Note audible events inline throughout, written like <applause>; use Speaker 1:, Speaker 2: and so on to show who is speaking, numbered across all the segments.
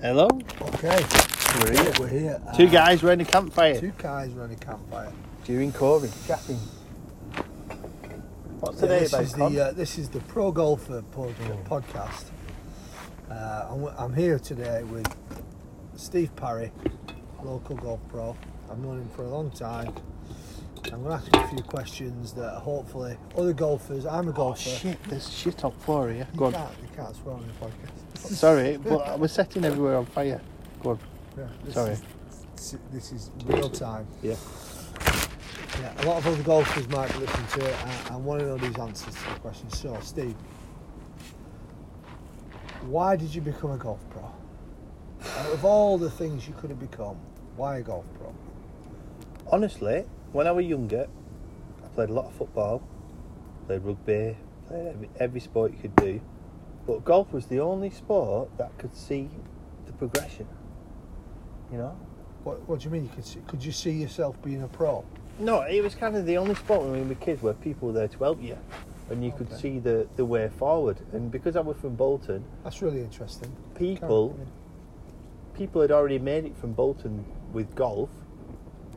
Speaker 1: Hello.
Speaker 2: Okay,
Speaker 1: We're here.
Speaker 2: we're here. at
Speaker 1: Two guys running a campfire.
Speaker 2: Two guys running a campfire,
Speaker 1: During Corby.
Speaker 2: chatting.
Speaker 1: What's
Speaker 2: Yeah,
Speaker 1: today
Speaker 2: this
Speaker 1: about?
Speaker 2: is
Speaker 1: Con?
Speaker 2: the uh, this is the pro golfer pod- podcast. Uh, I'm, w- I'm here today with Steve Parry, local golf pro. I've known him for a long time. I'm going to ask him a few questions that hopefully other golfers. I'm a
Speaker 1: Oh
Speaker 2: golfer.
Speaker 1: shit! There's shit on floor here.
Speaker 2: You
Speaker 1: Go on.
Speaker 2: can't, you can't swear on the podcast.
Speaker 1: Sorry, but we're setting everywhere on fire. Go on.
Speaker 2: Yeah, this
Speaker 1: Sorry.
Speaker 2: Is, this is real time.
Speaker 1: Yeah.
Speaker 2: Yeah, a lot of other golfers might be listening to it and, and want to know these answers to the questions. So, Steve, why did you become a golf pro? Out of all the things you could have become, why a golf pro?
Speaker 3: Honestly, when I was younger, I played a lot of football, played rugby, played every, every sport you could do. But golf was the only sport that could see the progression. You know?
Speaker 2: What, what do you mean? You could, see, could you see yourself being a pro?
Speaker 3: No, it was kind of the only sport when we were kids where people were there to help you and you could
Speaker 2: Okay.
Speaker 3: see the, the way forward. And because I was from Bolton,
Speaker 2: That's really interesting.
Speaker 3: people people had already made it from Bolton with golf,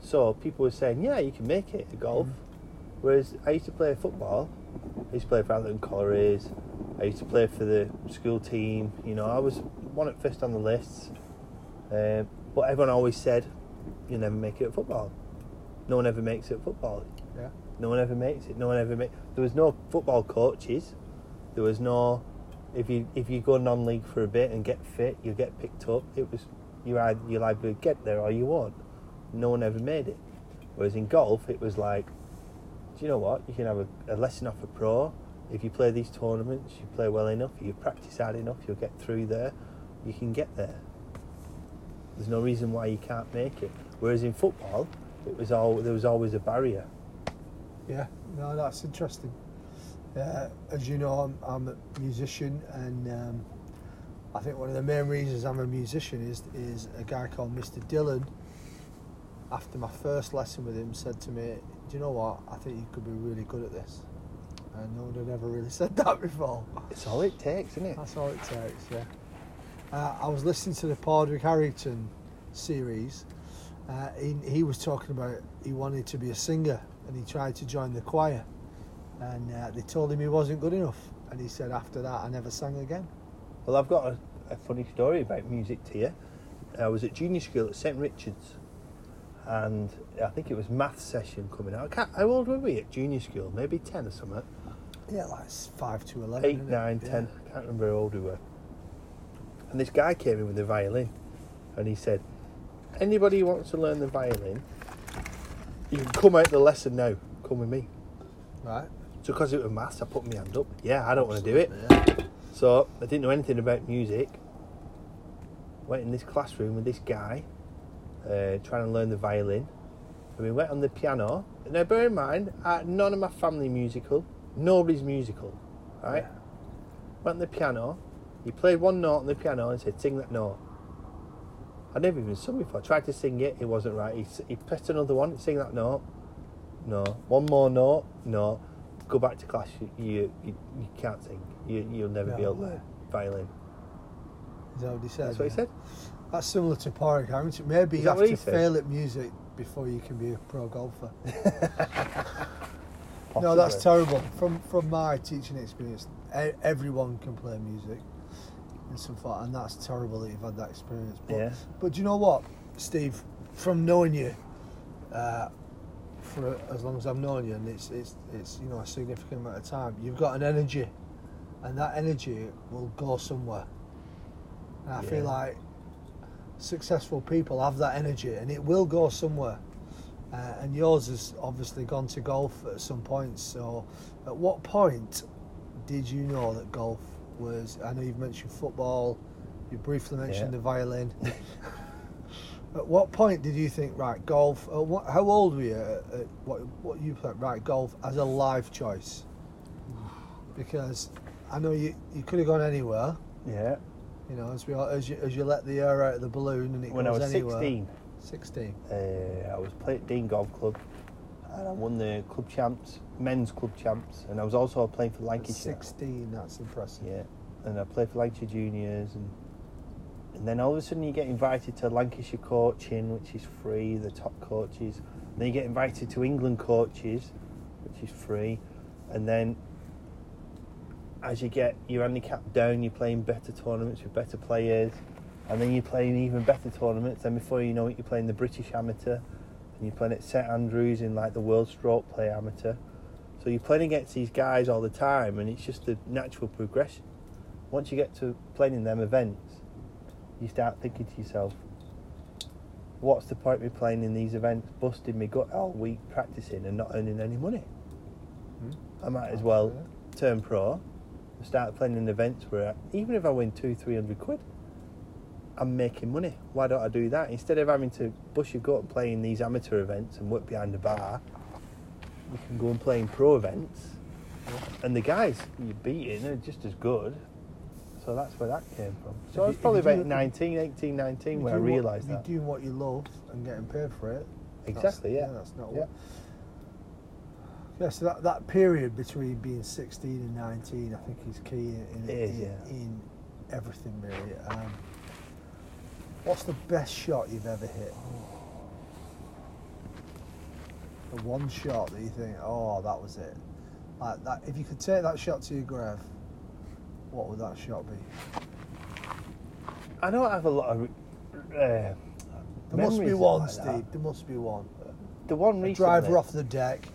Speaker 3: so people were saying, "Yeah, you can make it at golf." Whereas I used to play football. I used to play for Atherton Collieries. I used to play for the school team. You know, I was one at first on the lists. Um, but everyone always said, "You never make it at football. No one ever makes it at football.
Speaker 2: Yeah.
Speaker 3: No one ever makes it. No one ever make." There was no football coaches. There was no. If you if you go non-league for a bit and get fit, you'll get picked up. It was you either you'll either get there or you won't. No one ever made it. Whereas in golf, it was like, do you know what? You can have a, a lesson off a pro. If you play these tournaments, you play well enough, you practice hard enough, you'll get through there. You can get there. There's no reason why you can't make it. Whereas in football, it was all there was always a barrier.
Speaker 2: Yeah, no, that's interesting. Uh, as you know, I'm, I'm a musician, and um, I think one of the main reasons I'm a musician is is a guy called Mr. Dylan. After my first lesson with him, said to me, "Do you know what? I think you could be really good at this." And no one had ever really said that before.
Speaker 3: It's all it takes, isn't it?
Speaker 2: That's all it takes, yeah. Uh, I was listening to the Padraig Harrington series. Uh, he, he was talking about he wanted to be a singer and he tried to join the choir. And uh, they told him he wasn't good enough. And he said, after that, I never sang again.
Speaker 3: Well, I've got a, a funny story about music to you. I was at junior school at St Richard's, and I think it was math session coming out. I can't, how old were we at junior school? Maybe ten or something.
Speaker 2: Yeah, like it's 5 to 11.
Speaker 3: Eight,
Speaker 2: isn't it?
Speaker 3: nine,
Speaker 2: Yeah.
Speaker 3: ten. I can't remember how old we were. And this guy came in with a violin, and he said, "Anybody who wants to learn the violin, you can come out the lesson now. Come with me."
Speaker 2: Right.
Speaker 3: So because it was maths, I put my hand up. Yeah, I don't want to do it.
Speaker 2: Yeah.
Speaker 3: So I didn't know anything about music. Went in this classroom with this guy, uh, trying to learn the violin. And we went on the piano. Now bear in mind, uh, none of my family musical. Nobody's musical, right? Went on the piano. He played one note on the piano and said, "Sing that note." I never even sung before. Tried to sing it, it wasn't right. He, s- he pressed another one, sing that note. No. One more note, no. Go back to class. You you, you, you can't sing. You you'll never be
Speaker 2: No.
Speaker 3: able to violin.
Speaker 2: Is that what he said?
Speaker 3: That's what he
Speaker 2: yeah.
Speaker 3: said.
Speaker 2: That's similar to Padraig Harrington. Maybe
Speaker 3: Is
Speaker 2: you
Speaker 3: that
Speaker 2: have
Speaker 3: what he
Speaker 2: to
Speaker 3: said?
Speaker 2: fail at music before you can be a pro golfer. No, that's
Speaker 3: Possibly.
Speaker 2: terrible. From from my teaching experience, e- everyone can play music and so far, and that's terrible that you've had that experience. But,
Speaker 3: Yeah.
Speaker 2: but do you know what, Steve? From knowing you uh, for as long as I've known you, and it's it's it's you know a significant amount of time, you've got an energy, and that energy will go somewhere. And I feel
Speaker 3: Yeah.
Speaker 2: like successful people have that energy, and it will go somewhere. Uh, and yours has obviously gone to golf at some point. So, at what point did you know that golf was? I know you've mentioned football, you briefly mentioned
Speaker 3: Yeah.
Speaker 2: the violin. <laughs> at what point did you think right golf? Uh, what, how old were you? At, at what what you played right golf as a life choice? Because I know you you could have gone anywhere.
Speaker 3: Yeah.
Speaker 2: You know, as we all, as you as you let the air out of the balloon and it
Speaker 3: When I
Speaker 2: goes
Speaker 3: was
Speaker 2: anywhere.
Speaker 3: sixteen,
Speaker 2: Sixteen.
Speaker 3: uh, I was playing at Dean Golf Club, and I won the club champs, men's club champs, and I was also playing for
Speaker 2: At
Speaker 3: Lancashire.
Speaker 2: Sixteen. That's impressive.
Speaker 3: Yeah, and I played for Lancashire Juniors, and And then all of a sudden you get invited to Lancashire coaching, which is free, the top coaches. Then you get invited to England coaches, which is free. And then as you get your handicap down, you're playing better tournaments with better players. And then you're playing even better tournaments. Then before you know it, you're playing the British amateur. And you're playing at St Andrews in like the World Stroke Play amateur. So you're playing against these guys all the time, and it's just the natural progression. Once you get to playing in them events, you start thinking to yourself, what's the point of me playing in these events, busting my gut all week practicing and not earning any money?
Speaker 2: Hmm?
Speaker 3: I might as well turn pro and start playing in events where I, even if I win two, three hundred quid, I'm making money. Why don't I do that? Instead of having to bust your gut and play in these amateur events and work behind the bar, you can go and play in pro events. And the guys you're beating are just as good. So that's where that came from. So I
Speaker 2: If
Speaker 3: was
Speaker 2: you-
Speaker 3: probably
Speaker 2: if you do-
Speaker 3: about 19, 18, 19 when I
Speaker 2: do what-
Speaker 3: realised that.
Speaker 2: You're doing what you love and getting paid for it. That's-
Speaker 3: Exactly, yeah.
Speaker 2: That's not
Speaker 3: Yeah.
Speaker 2: what. Yeah, so that, that period between being 16 and 19, I think, is key in, in,
Speaker 3: It is,
Speaker 2: in,
Speaker 3: yeah.
Speaker 2: in everything, really. Um, what's the best shot you've ever hit? The one shot that you think, oh, that was it. Like that, if you could take that shot to your grave, what would that shot be?
Speaker 3: I don't have a lot of. Uh,
Speaker 2: There must be
Speaker 3: memories
Speaker 2: one,
Speaker 3: like
Speaker 2: Steve.
Speaker 3: that.
Speaker 2: There must be one.
Speaker 3: The one
Speaker 2: a
Speaker 3: recently.
Speaker 2: driver off the deck,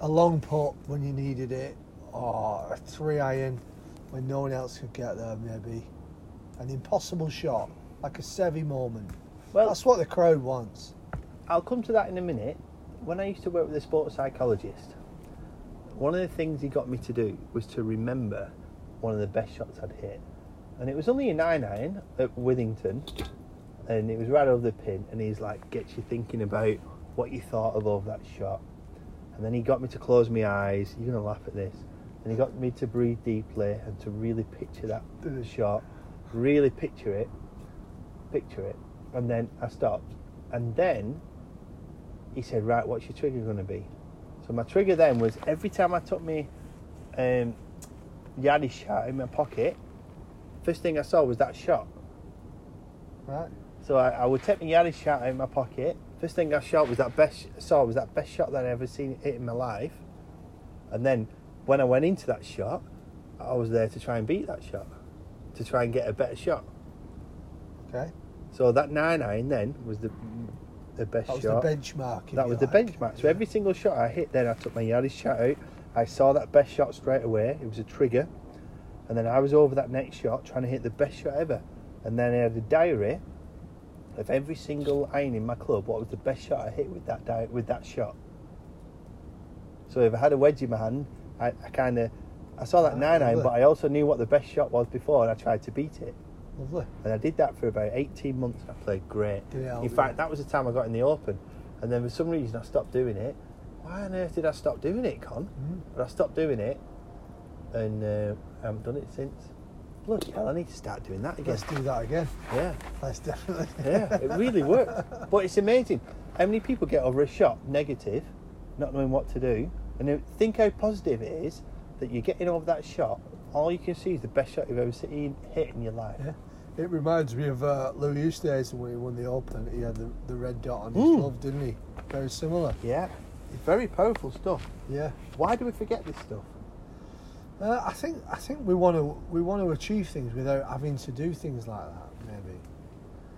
Speaker 2: a long putt when you needed it, or a three iron when no one else could get there, maybe. An impossible shot, like a Sevi moment.
Speaker 3: Well,
Speaker 2: That's what the crowd wants.
Speaker 3: I'll come to that in a minute. When I used to work with a sports psychologist, one of the things he got me to do was to remember one of the best shots I'd hit. And it was only a 9 iron at Withington, and it was right over the pin. And he's like, gets you thinking about what you thought of over that shot. And then he got me to close my eyes. You're going to laugh at this. And he got me to breathe deeply and to really picture that shot, really picture it, picture it. And then I stopped. And then he said, Right, what's your trigger going to be? So my trigger then was every time I took my um, yardie shot in my pocket, first thing I saw was that shot.
Speaker 2: Right?
Speaker 3: So I, I would take my yardie shot out of my pocket. First thing I shot was that best saw was that best shot that I ever seen hit in my life. And then when I went into that shot, I was there to try and beat that shot, to try and get a better shot.
Speaker 2: Okay.
Speaker 3: So that nine iron then was the the best
Speaker 2: That was
Speaker 3: shot.
Speaker 2: the benchmark. if
Speaker 3: That
Speaker 2: you
Speaker 3: was the
Speaker 2: like.
Speaker 3: benchmark. So every single shot I hit, then I took my yardage shot out. I saw that best shot straight away. It was a trigger, and then I was over that next shot, trying to hit the best shot ever. And then I had a diary of every single iron in my club. What was the best shot I hit with that di- with that shot? So if I had a wedge in my hand, I, I kind of I saw that
Speaker 2: Ah,
Speaker 3: nine iron,
Speaker 2: lovely.
Speaker 3: but I also knew what the best shot was before, and I tried to beat it.
Speaker 2: Lovely.
Speaker 3: And I did that for about 18 months and I played great.
Speaker 2: Did it help
Speaker 3: in
Speaker 2: you?
Speaker 3: fact, that was the time I got in the Open. And then for some reason I stopped doing it. Why on earth did I stop doing it, Con?
Speaker 2: Mhm.
Speaker 3: But I stopped doing it and uh, I haven't done it since. Bloody hell, I need to start doing that
Speaker 2: <laughs>
Speaker 3: again.
Speaker 2: Let's do that again.
Speaker 3: Yeah,
Speaker 2: Let's definitely.
Speaker 3: <laughs> yeah, it really worked. But it's amazing how many people get over a shot negative, not knowing what to do, and then think how positive it is that you're getting over that shot. All you can see is the best shot you've ever seen hit in your life.
Speaker 2: Yeah. <laughs> It reminds me of uh, Louis Oosthuizen when he won the Open. He had the, the red dot on his
Speaker 3: Mm.
Speaker 2: glove, didn't he? Very similar.
Speaker 3: Yeah, it's very powerful stuff.
Speaker 2: Yeah.
Speaker 3: Why do we forget this stuff?
Speaker 2: Uh, I think I think we want to we want to achieve things without having to do things like that. Maybe.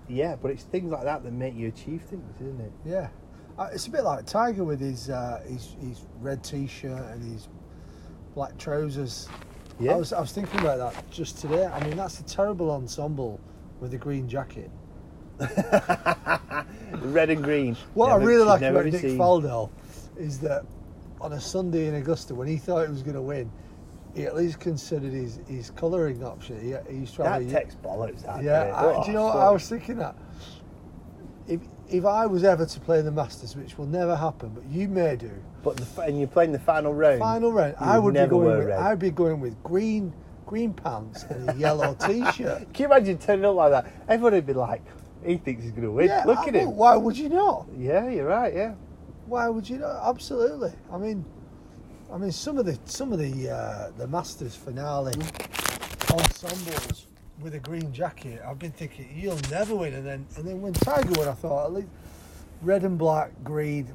Speaker 3: Yeah, but it's things like that that make you achieve things, isn't it?
Speaker 2: Yeah. Uh, it's a bit like Tiger with his uh, his, his red t-shirt and his black trousers. I was I was thinking about that just today. I mean, that's a terrible ensemble with a green jacket.
Speaker 3: Red and green.
Speaker 2: What I
Speaker 3: Never-
Speaker 2: really
Speaker 3: should
Speaker 2: like
Speaker 3: never
Speaker 2: about
Speaker 3: be
Speaker 2: Nick
Speaker 3: seen.
Speaker 2: Faldo is that on a Sunday in Augusta, when he thought he was going to win, he at least considered his, his colouring option. He, he used to have
Speaker 3: That
Speaker 2: a-
Speaker 3: text bollocks. That
Speaker 2: Yeah,
Speaker 3: innit?
Speaker 2: I, do you know what? I
Speaker 3: fuck.
Speaker 2: was thinking that if if I was ever to play the Masters, which will never happen, but you may do,
Speaker 3: But the, fi- and you're playing the final round.
Speaker 2: final round,
Speaker 3: you
Speaker 2: I would be
Speaker 3: never
Speaker 2: going.
Speaker 3: wear
Speaker 2: With,
Speaker 3: red.
Speaker 2: I'd be going with green green pants and a
Speaker 3: <laughs>
Speaker 2: yellow t-shirt.
Speaker 3: Can you imagine turning up like that? Everyone would be like, "He thinks he's going to win.
Speaker 2: Yeah,
Speaker 3: Look
Speaker 2: I
Speaker 3: at
Speaker 2: mean,
Speaker 3: him."
Speaker 2: Why would you not?
Speaker 3: Yeah, you're right. Yeah,
Speaker 2: Why would you not? Absolutely. I mean, I mean, some of the some of the uh, the Masters finale ensembles with a green jacket, I've been thinking he'll never win, and then and then when Tiger won, I thought at least red and black, green.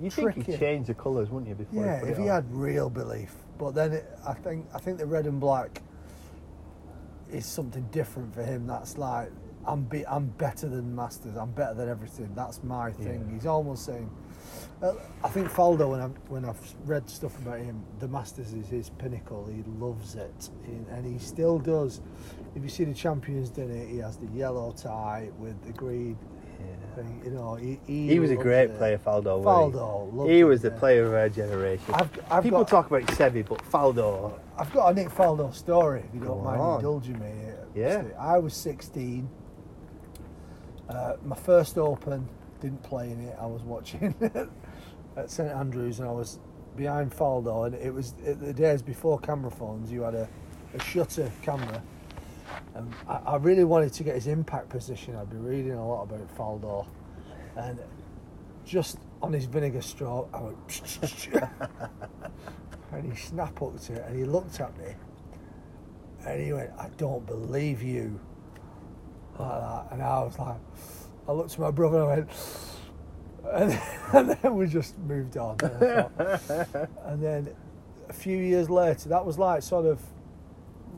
Speaker 3: You think you
Speaker 2: Tricky.
Speaker 3: change the colours, wouldn't you? Before
Speaker 2: Yeah,
Speaker 3: you put
Speaker 2: if
Speaker 3: it
Speaker 2: he
Speaker 3: on?
Speaker 2: had real belief, but then it, I think I think the red and black is something different for him. That's like I'm be, I'm better than Masters. I'm better than everything. That's my thing.
Speaker 3: Yeah.
Speaker 2: He's almost saying. Uh, I think Faldo, when I when I've read stuff about him, the Masters is his pinnacle. He loves it, He- and he still does. If you see the Champions Dinner, he has the yellow tie with the green
Speaker 3: Yeah.
Speaker 2: thing. You know, he he,
Speaker 3: He was a
Speaker 2: loves
Speaker 3: great
Speaker 2: it.
Speaker 3: player, Faldo. wasn't
Speaker 2: Faldo,
Speaker 3: he?
Speaker 2: loved
Speaker 3: he
Speaker 2: it,
Speaker 3: was the
Speaker 2: yeah.
Speaker 3: player of our generation.
Speaker 2: I've, I've
Speaker 3: People
Speaker 2: got,
Speaker 3: talk about Sevi, but Faldo.
Speaker 2: I've got a Nick Faldo story, if you
Speaker 3: Go
Speaker 2: don't mind
Speaker 3: on.
Speaker 2: indulging me.
Speaker 3: Yeah.
Speaker 2: Steve. I was 16. Uh, my first Open, didn't play in it. I was watching <laughs> at St Andrews and I was behind Faldo. And it was it, the days before camera phones, you had a, a shutter camera. And I, I really wanted to get his impact position. I'd be reading a lot about Faldo. And just on his vinegar straw, I went. <laughs> and he snap hooked it and he looked at me and he went, I don't believe you. Like that. And I was like, I looked at my brother and I went, and, <laughs> and then we just moved on. And,
Speaker 3: <laughs>
Speaker 2: I thought- and then a few years later, that was like sort of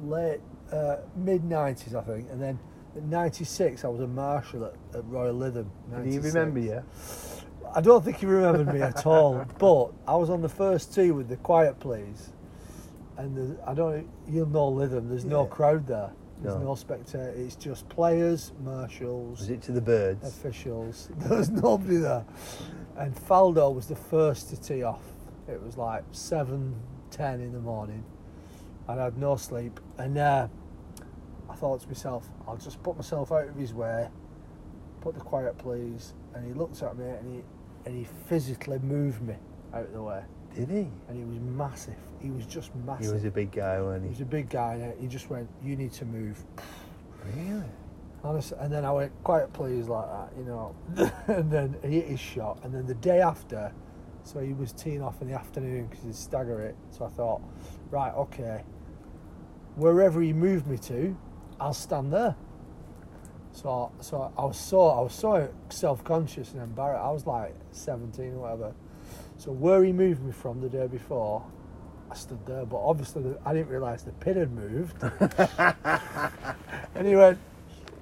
Speaker 2: late, uh, mid 90s, I think. And then in 96, I was a marshal at, at Royal Lytham.
Speaker 3: Do you remember
Speaker 2: 96.
Speaker 3: you?
Speaker 2: I don't think he remembered me at all, <laughs> but I was on the first tee with the Quiet Please, and there's- I don't. You'll know Lytham. There's no
Speaker 3: Yeah.
Speaker 2: crowd there. There's
Speaker 3: No.
Speaker 2: no, spectator. It's just
Speaker 3: Was
Speaker 2: players, marshals,
Speaker 3: it to the birds?
Speaker 2: officials. <laughs> There's nobody there, and Faldo was the first to tee off. It was like seven ten in the morning. I'd had no sleep, and uh, I thought to myself, I'll just put myself out of his way, put the quiet please. And he looked at me, and he and he physically moved me out of the way,
Speaker 3: Did he?
Speaker 2: and he was massive. He was just massive.
Speaker 3: He was a big guy,
Speaker 2: He
Speaker 3: wasn't
Speaker 2: was
Speaker 3: he?
Speaker 2: a big guy, and he just went, "You need to move."
Speaker 3: Really?
Speaker 2: Honestly, and then I went quiet, please, like that, you know. <laughs> and then he hit his shot. And then the day after, so he was teeing off in the afternoon because he'd stagger it. So I thought, right, okay, wherever he moved me to, I'll stand there. So, so I was so I was so self conscious and embarrassed. I was like seventeen or whatever. So where he moved me from the day before, I stood there. But obviously, the, I didn't realise the pin had moved. and he went,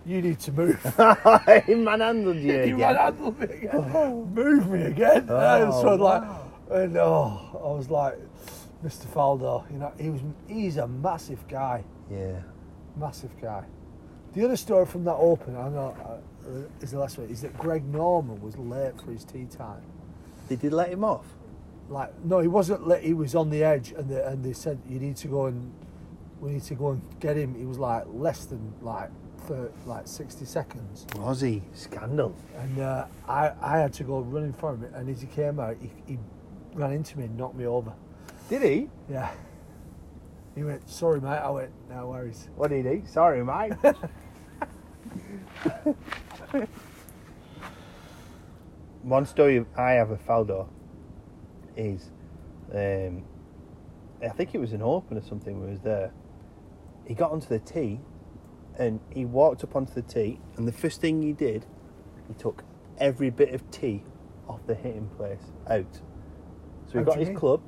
Speaker 2: "You need to move."
Speaker 3: <laughs> he manhandled you
Speaker 2: <laughs> He
Speaker 3: again.
Speaker 2: manhandled me again. Move me again. <laughs>
Speaker 3: Oh,
Speaker 2: and so like, and oh, I was like, Mr. Faldo, you know, he was he's a massive guy,
Speaker 3: Yeah.
Speaker 2: massive guy. The other story from that open, I know, uh, is the last one, is that Greg Norman was late for his tea time.
Speaker 3: Did he let him off?
Speaker 2: Like, no, he wasn't late. He was on the edge, and they, and they said you need to go and we need to go and get him. He was like less than like for like sixty seconds.
Speaker 1: Was he?
Speaker 3: Scandal.
Speaker 2: And uh, I, I had to go running for him. And as he came out, he, he ran into me and knocked me over.
Speaker 3: Did he?
Speaker 2: Yeah. He went, sorry, mate. I went, no worries.
Speaker 3: What did he? Sorry, mate.
Speaker 2: <laughs>
Speaker 3: One story I have of Faldo is, um, I think it was an open or something. We was there. He got onto the tee, and he walked up onto the tee, and the first thing he did, he took every bit of tee off the hitting place out. So he
Speaker 2: How do
Speaker 3: got
Speaker 2: you
Speaker 3: his
Speaker 2: mean?
Speaker 3: club.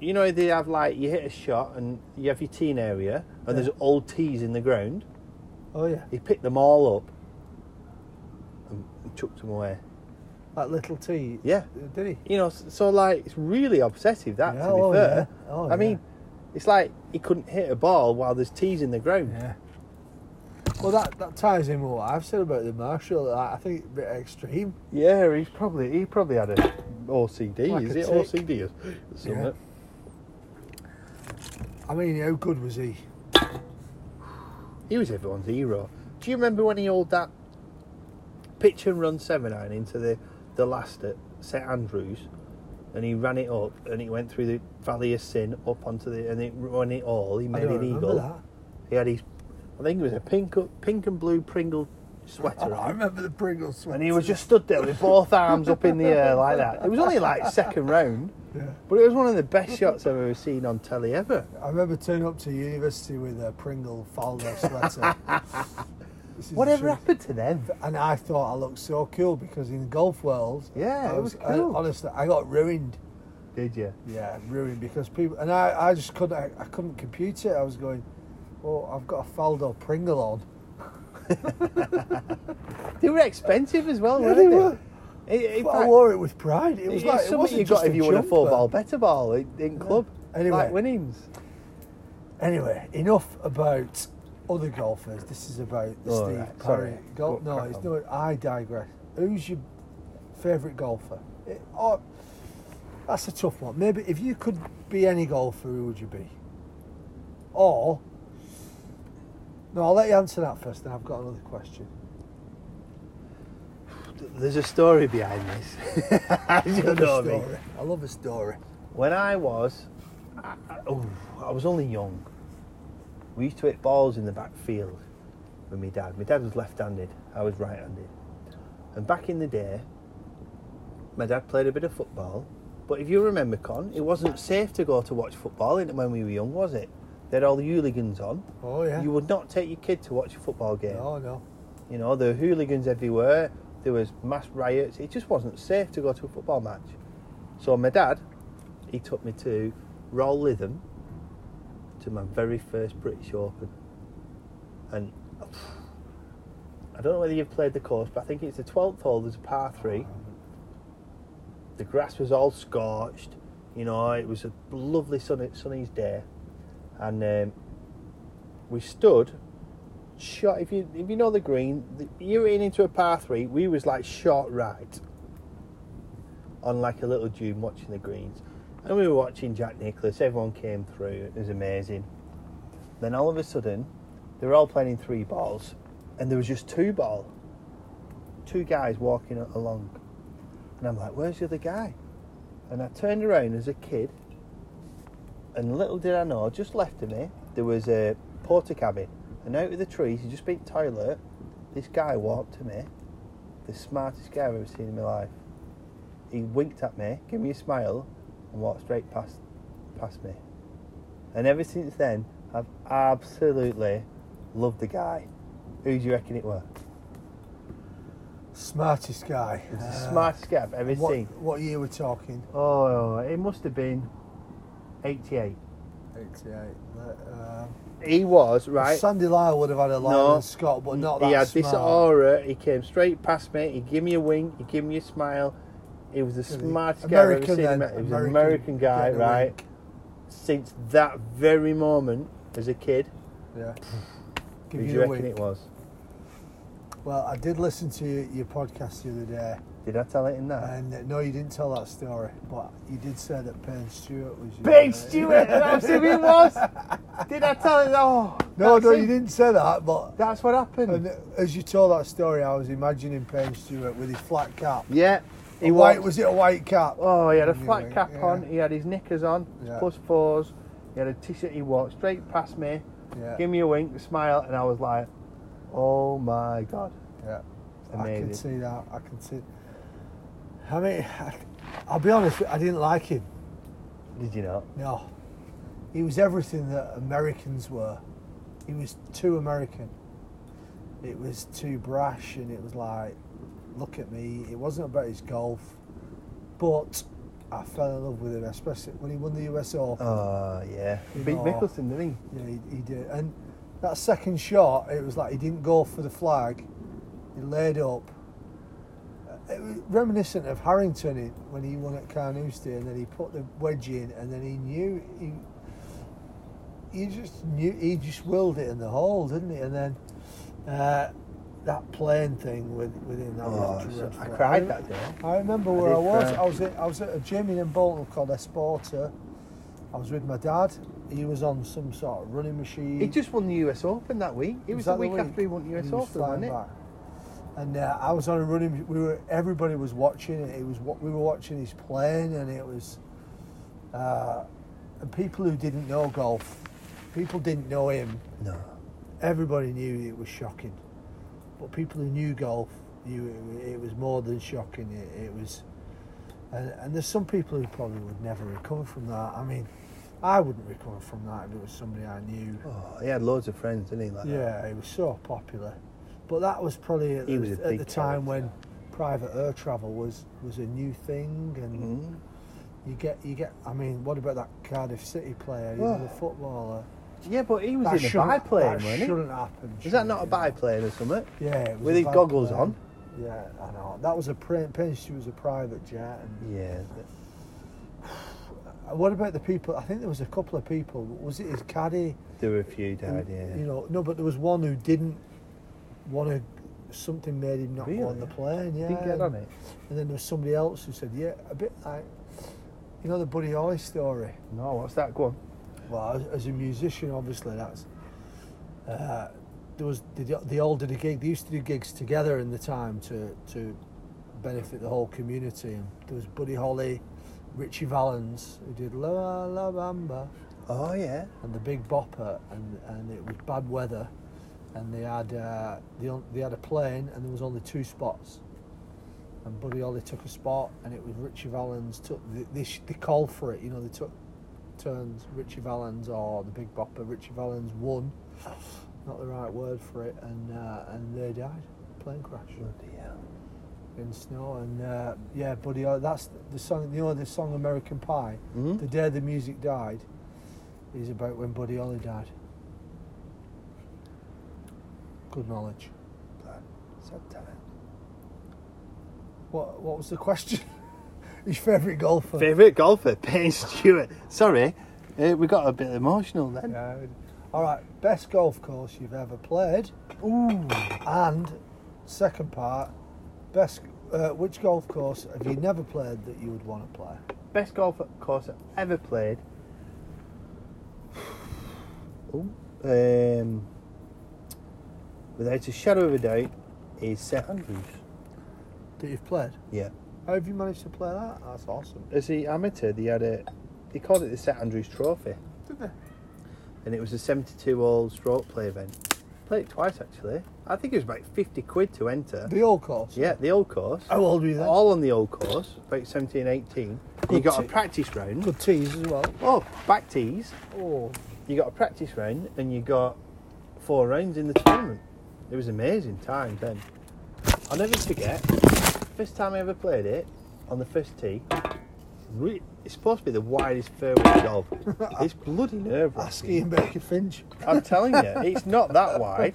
Speaker 3: You know they have like you hit a shot and you have your teeing area and
Speaker 2: Yeah.
Speaker 3: there's old tees in the ground.
Speaker 2: Oh, yeah.
Speaker 3: He picked them all up and chucked them away.
Speaker 2: That little T.
Speaker 3: Yeah.
Speaker 2: Did he?
Speaker 3: You know, s- so like it's really obsessive that
Speaker 2: Yeah,
Speaker 3: to be
Speaker 2: oh,
Speaker 3: fair.
Speaker 2: yeah. Oh,
Speaker 3: I
Speaker 2: yeah.
Speaker 3: mean, it's like he couldn't hit a ball while there's tees in the ground.
Speaker 2: Yeah. Well, that, that ties in with what I've said about the Marshall. I I think it's a bit extreme.
Speaker 3: Yeah, he's probably he probably had a OCD.
Speaker 2: Like
Speaker 3: is
Speaker 2: a
Speaker 3: it
Speaker 2: tick.
Speaker 3: OCD or something?
Speaker 2: Yeah. I mean, how good was he?
Speaker 3: He was everyone's hero. Do you remember when he hauled that pitch and run seven iron into the the last at St Andrews, and he ran it up and it went through the Valley of Sin up onto the and it won it all. He
Speaker 2: I
Speaker 3: made
Speaker 2: don't
Speaker 3: it
Speaker 2: remember
Speaker 3: eagle.
Speaker 2: that.
Speaker 3: He had his, I think it was a pink pink and blue Pringle sweater
Speaker 2: I <laughs>
Speaker 3: on.
Speaker 2: remember the Pringles sweat.
Speaker 3: And he was just stood there with both arms up in the air like that. It was only like second round.
Speaker 2: Yeah.
Speaker 3: But it was one of the best shots I've ever seen on telly ever.
Speaker 2: I remember turning up to university with a Pringle Faldo
Speaker 3: <laughs>
Speaker 2: sweater. This is the
Speaker 3: Whatever
Speaker 2: truth.
Speaker 3: happened to them?
Speaker 2: And I thought I looked so cool because in the golf world,
Speaker 3: Yeah,
Speaker 2: I
Speaker 3: it was
Speaker 2: I-
Speaker 3: cool.
Speaker 2: honestly, I got ruined.
Speaker 3: Did you?
Speaker 2: Yeah, ruined because people and I, I just couldn't, I, I couldn't compute it. I was going, well, I've got a Faldo Pringle on.
Speaker 3: They were expensive as well,
Speaker 2: Yeah,
Speaker 3: weren't
Speaker 2: they
Speaker 3: they?
Speaker 2: were.
Speaker 3: It, it,
Speaker 2: But I wore it with pride. It
Speaker 3: it
Speaker 2: was
Speaker 3: was
Speaker 2: like it
Speaker 3: something
Speaker 2: wasn't
Speaker 3: you got
Speaker 2: just
Speaker 3: if
Speaker 2: a
Speaker 3: you won a four
Speaker 2: jumper.
Speaker 3: ball better ball in, in club.
Speaker 2: Anyway.
Speaker 3: like Winnings.
Speaker 2: Anyway, enough about other golfers. This is about the
Speaker 3: All
Speaker 2: Steve
Speaker 3: right,
Speaker 2: Parry.
Speaker 3: Oh, sorry.
Speaker 2: Gol-
Speaker 3: Go-
Speaker 2: no,
Speaker 3: crack
Speaker 2: it's
Speaker 3: on.
Speaker 2: no. I digress. Who's your favourite golfer? It, oh, that's a tough one. Maybe if you could be any golfer, who would you be? Or no, I'll let you answer that first. Then I've got another question.
Speaker 3: There's a story behind
Speaker 2: <laughs>
Speaker 3: <laughs> this.
Speaker 2: I
Speaker 3: <laughs> you
Speaker 2: love
Speaker 3: know
Speaker 2: a
Speaker 3: me.
Speaker 2: story. I love a story.
Speaker 3: When I was, I, I, oh, I was only young. We used to hit balls in the back field with my dad. My dad was left-handed. I was right-handed. And back in the day, my dad played a bit of football. But if you remember, Con, it wasn't safe to go to watch football in when we were young, was it? They had all the hooligans on.
Speaker 2: Oh yeah.
Speaker 3: You would not take your kid to watch a football game.
Speaker 2: No, no.
Speaker 3: You know, there were hooligans everywhere. There was mass riots. It just wasn't safe to go to a football match. So my dad, he took me to Roll Lytham to my very first British Open. And I don't know whether you've played the course, but I think it's the 12th hole. There's a par three. The grass was all scorched. You know, it was a lovely sunny, sunny day. And um, we stood shot. If you if you know the green, the, you're in into a par three. We was like shot right on like a little dune watching the greens, and we were watching Jack Nicklaus. Everyone came through. It was amazing. Then all of a sudden, they were all playing in three balls, and there was just two ball. Two guys walking a- along, and I'm like, "Where's the other guy?" And I turned around as a kid, and little did I know, just left of me, there was a porter cabin. And out of the trees, he just been to the toilet. This guy walked to me, the smartest guy I've ever seen in my life. He winked at me, gave me a smile, and walked straight past past me. And ever since then, I've absolutely loved the guy. Who do you reckon it was?
Speaker 2: Smartest guy.
Speaker 3: It's the
Speaker 2: Uh,
Speaker 3: smartest guy I've ever
Speaker 2: What,
Speaker 3: seen.
Speaker 2: what year we're talking?
Speaker 3: Oh, it must have been 88.
Speaker 2: 88. Um,
Speaker 3: He was, right?
Speaker 2: Sandy Lyle would have had a line
Speaker 3: No.
Speaker 2: no. Scott, but not that
Speaker 3: he had this
Speaker 2: smart.
Speaker 3: aura. He came straight past me. He gave me a wink. He gave me a smile. He was the
Speaker 2: he?
Speaker 3: smartest
Speaker 2: American
Speaker 3: guy I've
Speaker 2: then,
Speaker 3: ever seen. He was an
Speaker 2: American,
Speaker 3: American guy,
Speaker 2: getting a
Speaker 3: right?
Speaker 2: wink.
Speaker 3: Since that very moment, as a kid, who
Speaker 2: Yeah. Give
Speaker 3: do
Speaker 2: you
Speaker 3: you
Speaker 2: a
Speaker 3: reckon
Speaker 2: wink.
Speaker 3: it was?
Speaker 2: Well, I did listen to your, your podcast the other day,
Speaker 3: Did I tell it in
Speaker 2: <laughs>
Speaker 3: that?
Speaker 2: and uh, no, you didn't tell that story, but you did say that Payne Stewart was your.
Speaker 3: Big Stewart, that's who it was. <laughs> Did I tell it? Oh,
Speaker 2: <laughs> No,
Speaker 3: that's
Speaker 2: no,
Speaker 3: it.
Speaker 2: you didn't say that, but
Speaker 3: That's what happened.
Speaker 2: and uh, as you told that story, I was imagining Payne Stewart with his flat cap.
Speaker 3: yeah,
Speaker 2: He
Speaker 3: he
Speaker 2: a white,
Speaker 3: walked-
Speaker 2: was it a white cap?
Speaker 3: Oh, he had a
Speaker 2: Give you a
Speaker 3: flat
Speaker 2: wink,
Speaker 3: cap
Speaker 2: yeah.
Speaker 3: on. He had his knickers on, his
Speaker 2: Yeah.
Speaker 3: plus fours. He had a t-shirt. He walked straight past me.
Speaker 2: Yeah.
Speaker 3: Give me a wink, smile, and I was like, "Oh my god!"
Speaker 2: Yeah, I
Speaker 3: Amazing.
Speaker 2: can see that. I can see. I mean, I'll be honest. I didn't like him.
Speaker 3: Did you not?
Speaker 2: No, he was everything that Americans were. He was too American. It was too brash, and it was like, look at me. It wasn't about his golf, but I fell in love with him, especially when he won the US Open.
Speaker 3: Oh yeah. He
Speaker 2: You
Speaker 3: beat
Speaker 2: know.
Speaker 3: Mickelson, didn't he?
Speaker 2: Yeah, he, he did. And that second shot, it was like he didn't go for the flag. He laid up. Uh, It was reminiscent of Harrington in- when he won at Carnoustie, and then he put the wedge in, and then he knew he. He just knew he just willed it in the hole, didn't he? And then uh, that plane thing with within that. was
Speaker 3: Oh,
Speaker 2: dreadful.
Speaker 3: I cried that day.
Speaker 2: I remember
Speaker 3: I
Speaker 2: where I,
Speaker 3: did
Speaker 2: was.
Speaker 3: cry.
Speaker 2: I was at I was at a gym in Bolton called Esporta. I was with my dad. He was on some sort of running machine.
Speaker 3: He just won the US Open that week. It was,
Speaker 2: that
Speaker 3: the week, after he won the US
Speaker 2: He was
Speaker 3: Open, wasn't
Speaker 2: flying
Speaker 3: it?
Speaker 2: back. And uh, I was on a running. We were everybody was watching it. It was what we were watching his plane, and it was. Uh, and people who didn't know golf, people didn't know him.
Speaker 3: No.
Speaker 2: Everybody knew it was shocking, but people who knew golf knew it, it was more than shocking. It, it was And, and there's some people who probably would never recover from that. I mean, I wouldn't recover from that if it was somebody I knew.
Speaker 3: Oh, he had loads of friends, didn't he? Like that?
Speaker 2: Yeah, he was so popular. But that was probably at,
Speaker 3: He
Speaker 2: the-
Speaker 3: was a
Speaker 2: at
Speaker 3: big
Speaker 2: the time
Speaker 3: character.
Speaker 2: when private air travel was, was a new thing, and
Speaker 3: Mm.
Speaker 2: you get you get. I mean, what about that Cardiff City player, you
Speaker 3: Well,
Speaker 2: know, the footballer?
Speaker 3: Yeah, but Oh. he was
Speaker 2: That
Speaker 3: in a
Speaker 2: shouldn't-
Speaker 3: biplane,
Speaker 2: that
Speaker 3: wasn't he?
Speaker 2: shouldn't happen.
Speaker 3: Is that
Speaker 2: shouldn't
Speaker 3: not a
Speaker 2: it, you know?
Speaker 3: biplane or something?
Speaker 2: Yeah, it was
Speaker 3: With
Speaker 2: a
Speaker 3: his
Speaker 2: bad
Speaker 3: goggles
Speaker 2: plan.
Speaker 3: on?
Speaker 2: Yeah, I know. That was a plane. Penny she was a private jet. And
Speaker 3: Yeah.
Speaker 2: Uh, what about the people? I think there was a couple of people. Was it his caddy?
Speaker 3: There were a few
Speaker 2: And,
Speaker 3: died, yeah.
Speaker 2: You know, no, but there was one who didn't want to. Something made him not go on
Speaker 3: Really?
Speaker 2: the plane. Yeah.
Speaker 3: Didn't get on it?
Speaker 2: And then there was somebody else who said, yeah, a bit like, you know, the Buddy Holly story.
Speaker 3: No, what's that? Go on.
Speaker 2: Well, as, as a musician, obviously, that's. Uh, there was they, d- they all did a gig. They used to do gigs together in the time to to benefit the whole community. And there was Buddy Holly, Richie Valens, who did La La Bamba,
Speaker 3: Oh, yeah.
Speaker 2: and the Big Bopper, and and it was bad weather, and they had uh, they on- they had a plane, and there was only two spots. And Buddy Holly took a spot, and it was Richie Valens took. They, they, sh- they called for it, you know. They took turns. Richie Valens or the Big Bopper. Richie Valens won. Not the right word for it, and uh, and they died. Plane crash
Speaker 3: Bloody hell.
Speaker 2: in snow, and uh, yeah, Buddy. Holly- That's the song. You know the song American Pie.
Speaker 3: Mhm.
Speaker 2: The day the music died is about when Buddy Holly died. Good knowledge.
Speaker 3: Sad time.
Speaker 2: What What was the question? <laughs> His favourite golfer.
Speaker 3: Favourite golfer? <laughs> Payne Stewart. eh,
Speaker 1: Sorry, uh, we got a bit emotional then.
Speaker 2: Yeah. All right. Best golf course you've ever played,
Speaker 1: Ooh.
Speaker 2: and second part, best. Uh, which golf course have you never played that you would want to play?
Speaker 3: Best golf course I've ever played. Ooh. Um, without a shadow of a doubt, is St Andrews.
Speaker 2: That you've played?
Speaker 3: Yeah.
Speaker 2: How have you managed to play that? That's awesome.
Speaker 3: As the amateur, they had a. They called it the St Andrews Trophy.
Speaker 2: Did they?
Speaker 3: and it was a 72 hole stroke play event. Played it twice actually. I think it was about 50 quid to enter.
Speaker 2: The old course.
Speaker 3: Yeah, the old course.
Speaker 2: How old were you then?
Speaker 3: All on the old course, about 17, 18. You
Speaker 2: Good
Speaker 3: got a
Speaker 2: tee.
Speaker 3: practice round.
Speaker 2: Good tees as well.
Speaker 3: Oh, back tees.
Speaker 2: Oh.
Speaker 3: You got a practice round and you got four rounds in the tournament. It was amazing time then. I'll never forget, first time I ever played it on the first tee. re- It's supposed to be the widest fairway of
Speaker 2: <laughs>
Speaker 3: golf. It's bloody nerve
Speaker 2: Ask
Speaker 3: wracking.
Speaker 2: Ian Baker Finch.
Speaker 3: I'm telling
Speaker 2: <laughs>
Speaker 3: you, it's not that wide.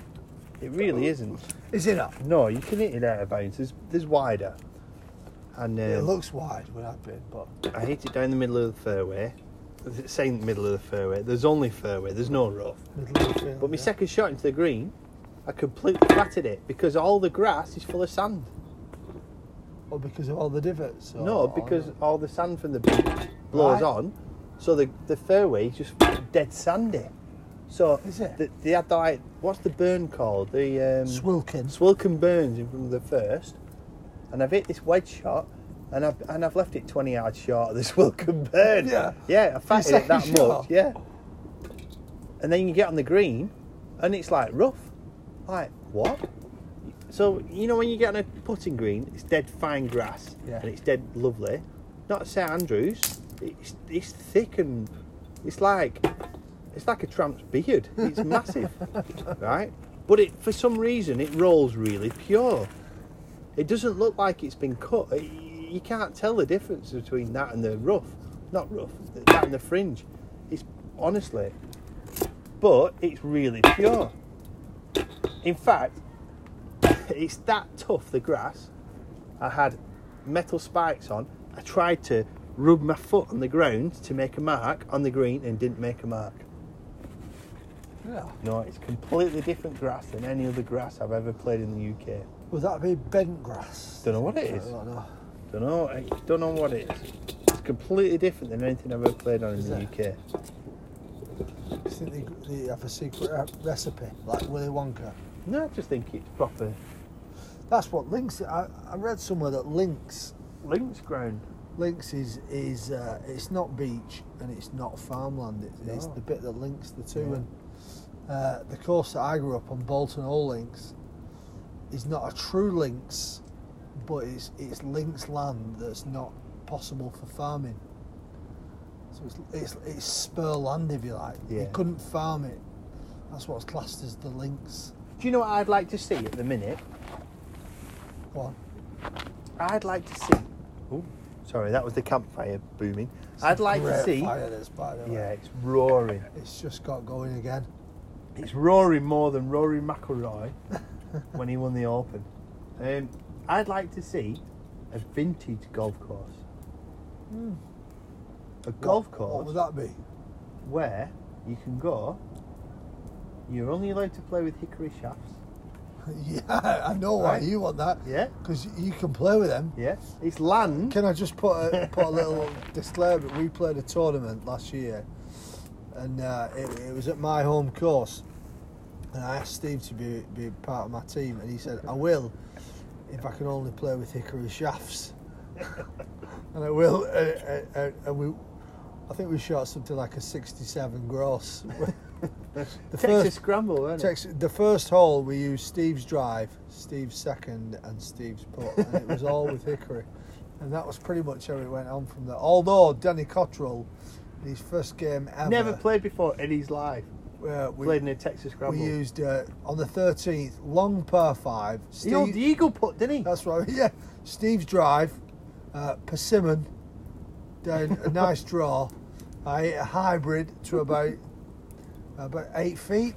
Speaker 3: It really isn't.
Speaker 2: Is it up?
Speaker 3: No, you can hit it out of bounds. There's, there's wider. And
Speaker 2: It
Speaker 3: um,
Speaker 2: looks wide when I've been, but
Speaker 3: I hit it down the middle of the fairway. Same middle of the fairway. There's only fairway. There's no rough.
Speaker 2: middle of the field.
Speaker 3: But my
Speaker 2: yeah.
Speaker 3: second shot into the green, I completely flatted it because all the grass is full of sand.
Speaker 2: Or because of all the divots? Or,
Speaker 3: No,
Speaker 2: or-
Speaker 3: because all the sand from the beach blows
Speaker 2: Right.
Speaker 3: on, so the the fairway is just dead sandy. So
Speaker 2: Is it?
Speaker 3: The, they had like what's the burn called? The um,
Speaker 2: Swilkin.
Speaker 3: Swilkin burns in front of the first, and I've hit this wedge shot, and I've and I've left it twenty yards short of the <laughs> Swilkin burn.
Speaker 2: Yeah.
Speaker 3: yeah, I fatted it
Speaker 2: second
Speaker 3: that
Speaker 2: shot.
Speaker 3: much. Yeah, and then you get on the green, and it's like rough, like what? So you know when you get on a putting green, it's dead fine grass,
Speaker 2: Yeah.
Speaker 3: and it's dead lovely. Not St Andrews, it's it's thick and it's like it's like a tramp's beard. It's massive, right? But it for some reason it rolls really pure. It doesn't look like it's been cut. Y- You can't tell the difference between that and the rough, not rough, that and the fringe. It's honestly, but it's really pure. In fact, it's that tough the grass. I had metal spikes on. I tried to rub my foot on the ground to make a mark on the green and didn't make a mark.
Speaker 2: Yeah.
Speaker 3: No, it's completely different grass than any other grass I've ever played in the UK.
Speaker 2: Would that be bent grass?
Speaker 3: Don't know what it
Speaker 2: I
Speaker 3: is.
Speaker 2: don't know.
Speaker 3: Don't know. I don't know what it is. It's completely different than anything I've ever played on in
Speaker 2: Is
Speaker 3: the
Speaker 2: it?
Speaker 3: UK.
Speaker 2: Do you think they, they have a secret uh, recipe, like Willy Wonka?
Speaker 3: No, I just think it's proper
Speaker 2: That's what links. I, I read somewhere that links
Speaker 3: links ground.
Speaker 2: links is is uh, it's not beach and it's not farmland. It, It's
Speaker 3: No.
Speaker 2: the bit that links the two.
Speaker 3: Yeah.
Speaker 2: And uh, the course that I grew up on, Bolton All Links, is not a true links, but it's it's links land that's not possible for farming. So it's, it's, it's spur land, if you like.
Speaker 3: Yeah.
Speaker 2: You couldn't farm it. That's what's classed as the links.
Speaker 3: Do you know what I'd like to see at the minute?
Speaker 2: Go on.
Speaker 3: I'd like to see. Oh, sorry, that was the campfire booming. I'd like to
Speaker 2: Great
Speaker 3: see.
Speaker 2: Fire this, by the way.
Speaker 3: Yeah, it's roaring.
Speaker 2: It's just got going again.
Speaker 3: It's roaring more than Rory
Speaker 2: <laughs>
Speaker 3: McIlroy when he won the Open. Um, I'd like to see a vintage golf course. A golf
Speaker 2: Hmm. What-
Speaker 3: course
Speaker 2: What would that be?
Speaker 3: where you can go. You're only allowed to play with hickory shafts.
Speaker 2: <laughs> yeah, I know why
Speaker 3: Right.
Speaker 2: you want that.
Speaker 3: Yeah,
Speaker 2: Because you can play with them.
Speaker 3: yeah. It's land.
Speaker 2: Can I just
Speaker 3: <laughs>
Speaker 2: put a, put a little disclaimer? We played a tournament last year, and uh, it, it was at my home course. And I asked Steve to be, be part of my team, and he said, "I will, if I can only play with hickory shafts." <laughs> and I will, uh, uh, uh, and we, I think we shot something like a sixty-seven
Speaker 3: <laughs>
Speaker 2: gross. <laughs>
Speaker 3: the Texas
Speaker 2: first-
Speaker 3: scramble, isn't it?
Speaker 2: Tex- the first hole we used Steve's drive, Steve's second, and Steve's putt, and it was all with hickory, and that was pretty much how it went on from there. Although Danny Cottrell, in his first game ever,
Speaker 3: Never played before in his life.
Speaker 2: uh, we,
Speaker 3: played in a Texas scramble.
Speaker 2: we used uh, on the thirteenth long par five.
Speaker 3: He owned the eagle putt, didn't he?
Speaker 2: That's right. <laughs> Yeah, Steve's drive, uh, persimmon, down a nice draw. I hit a hybrid to about about eight feet,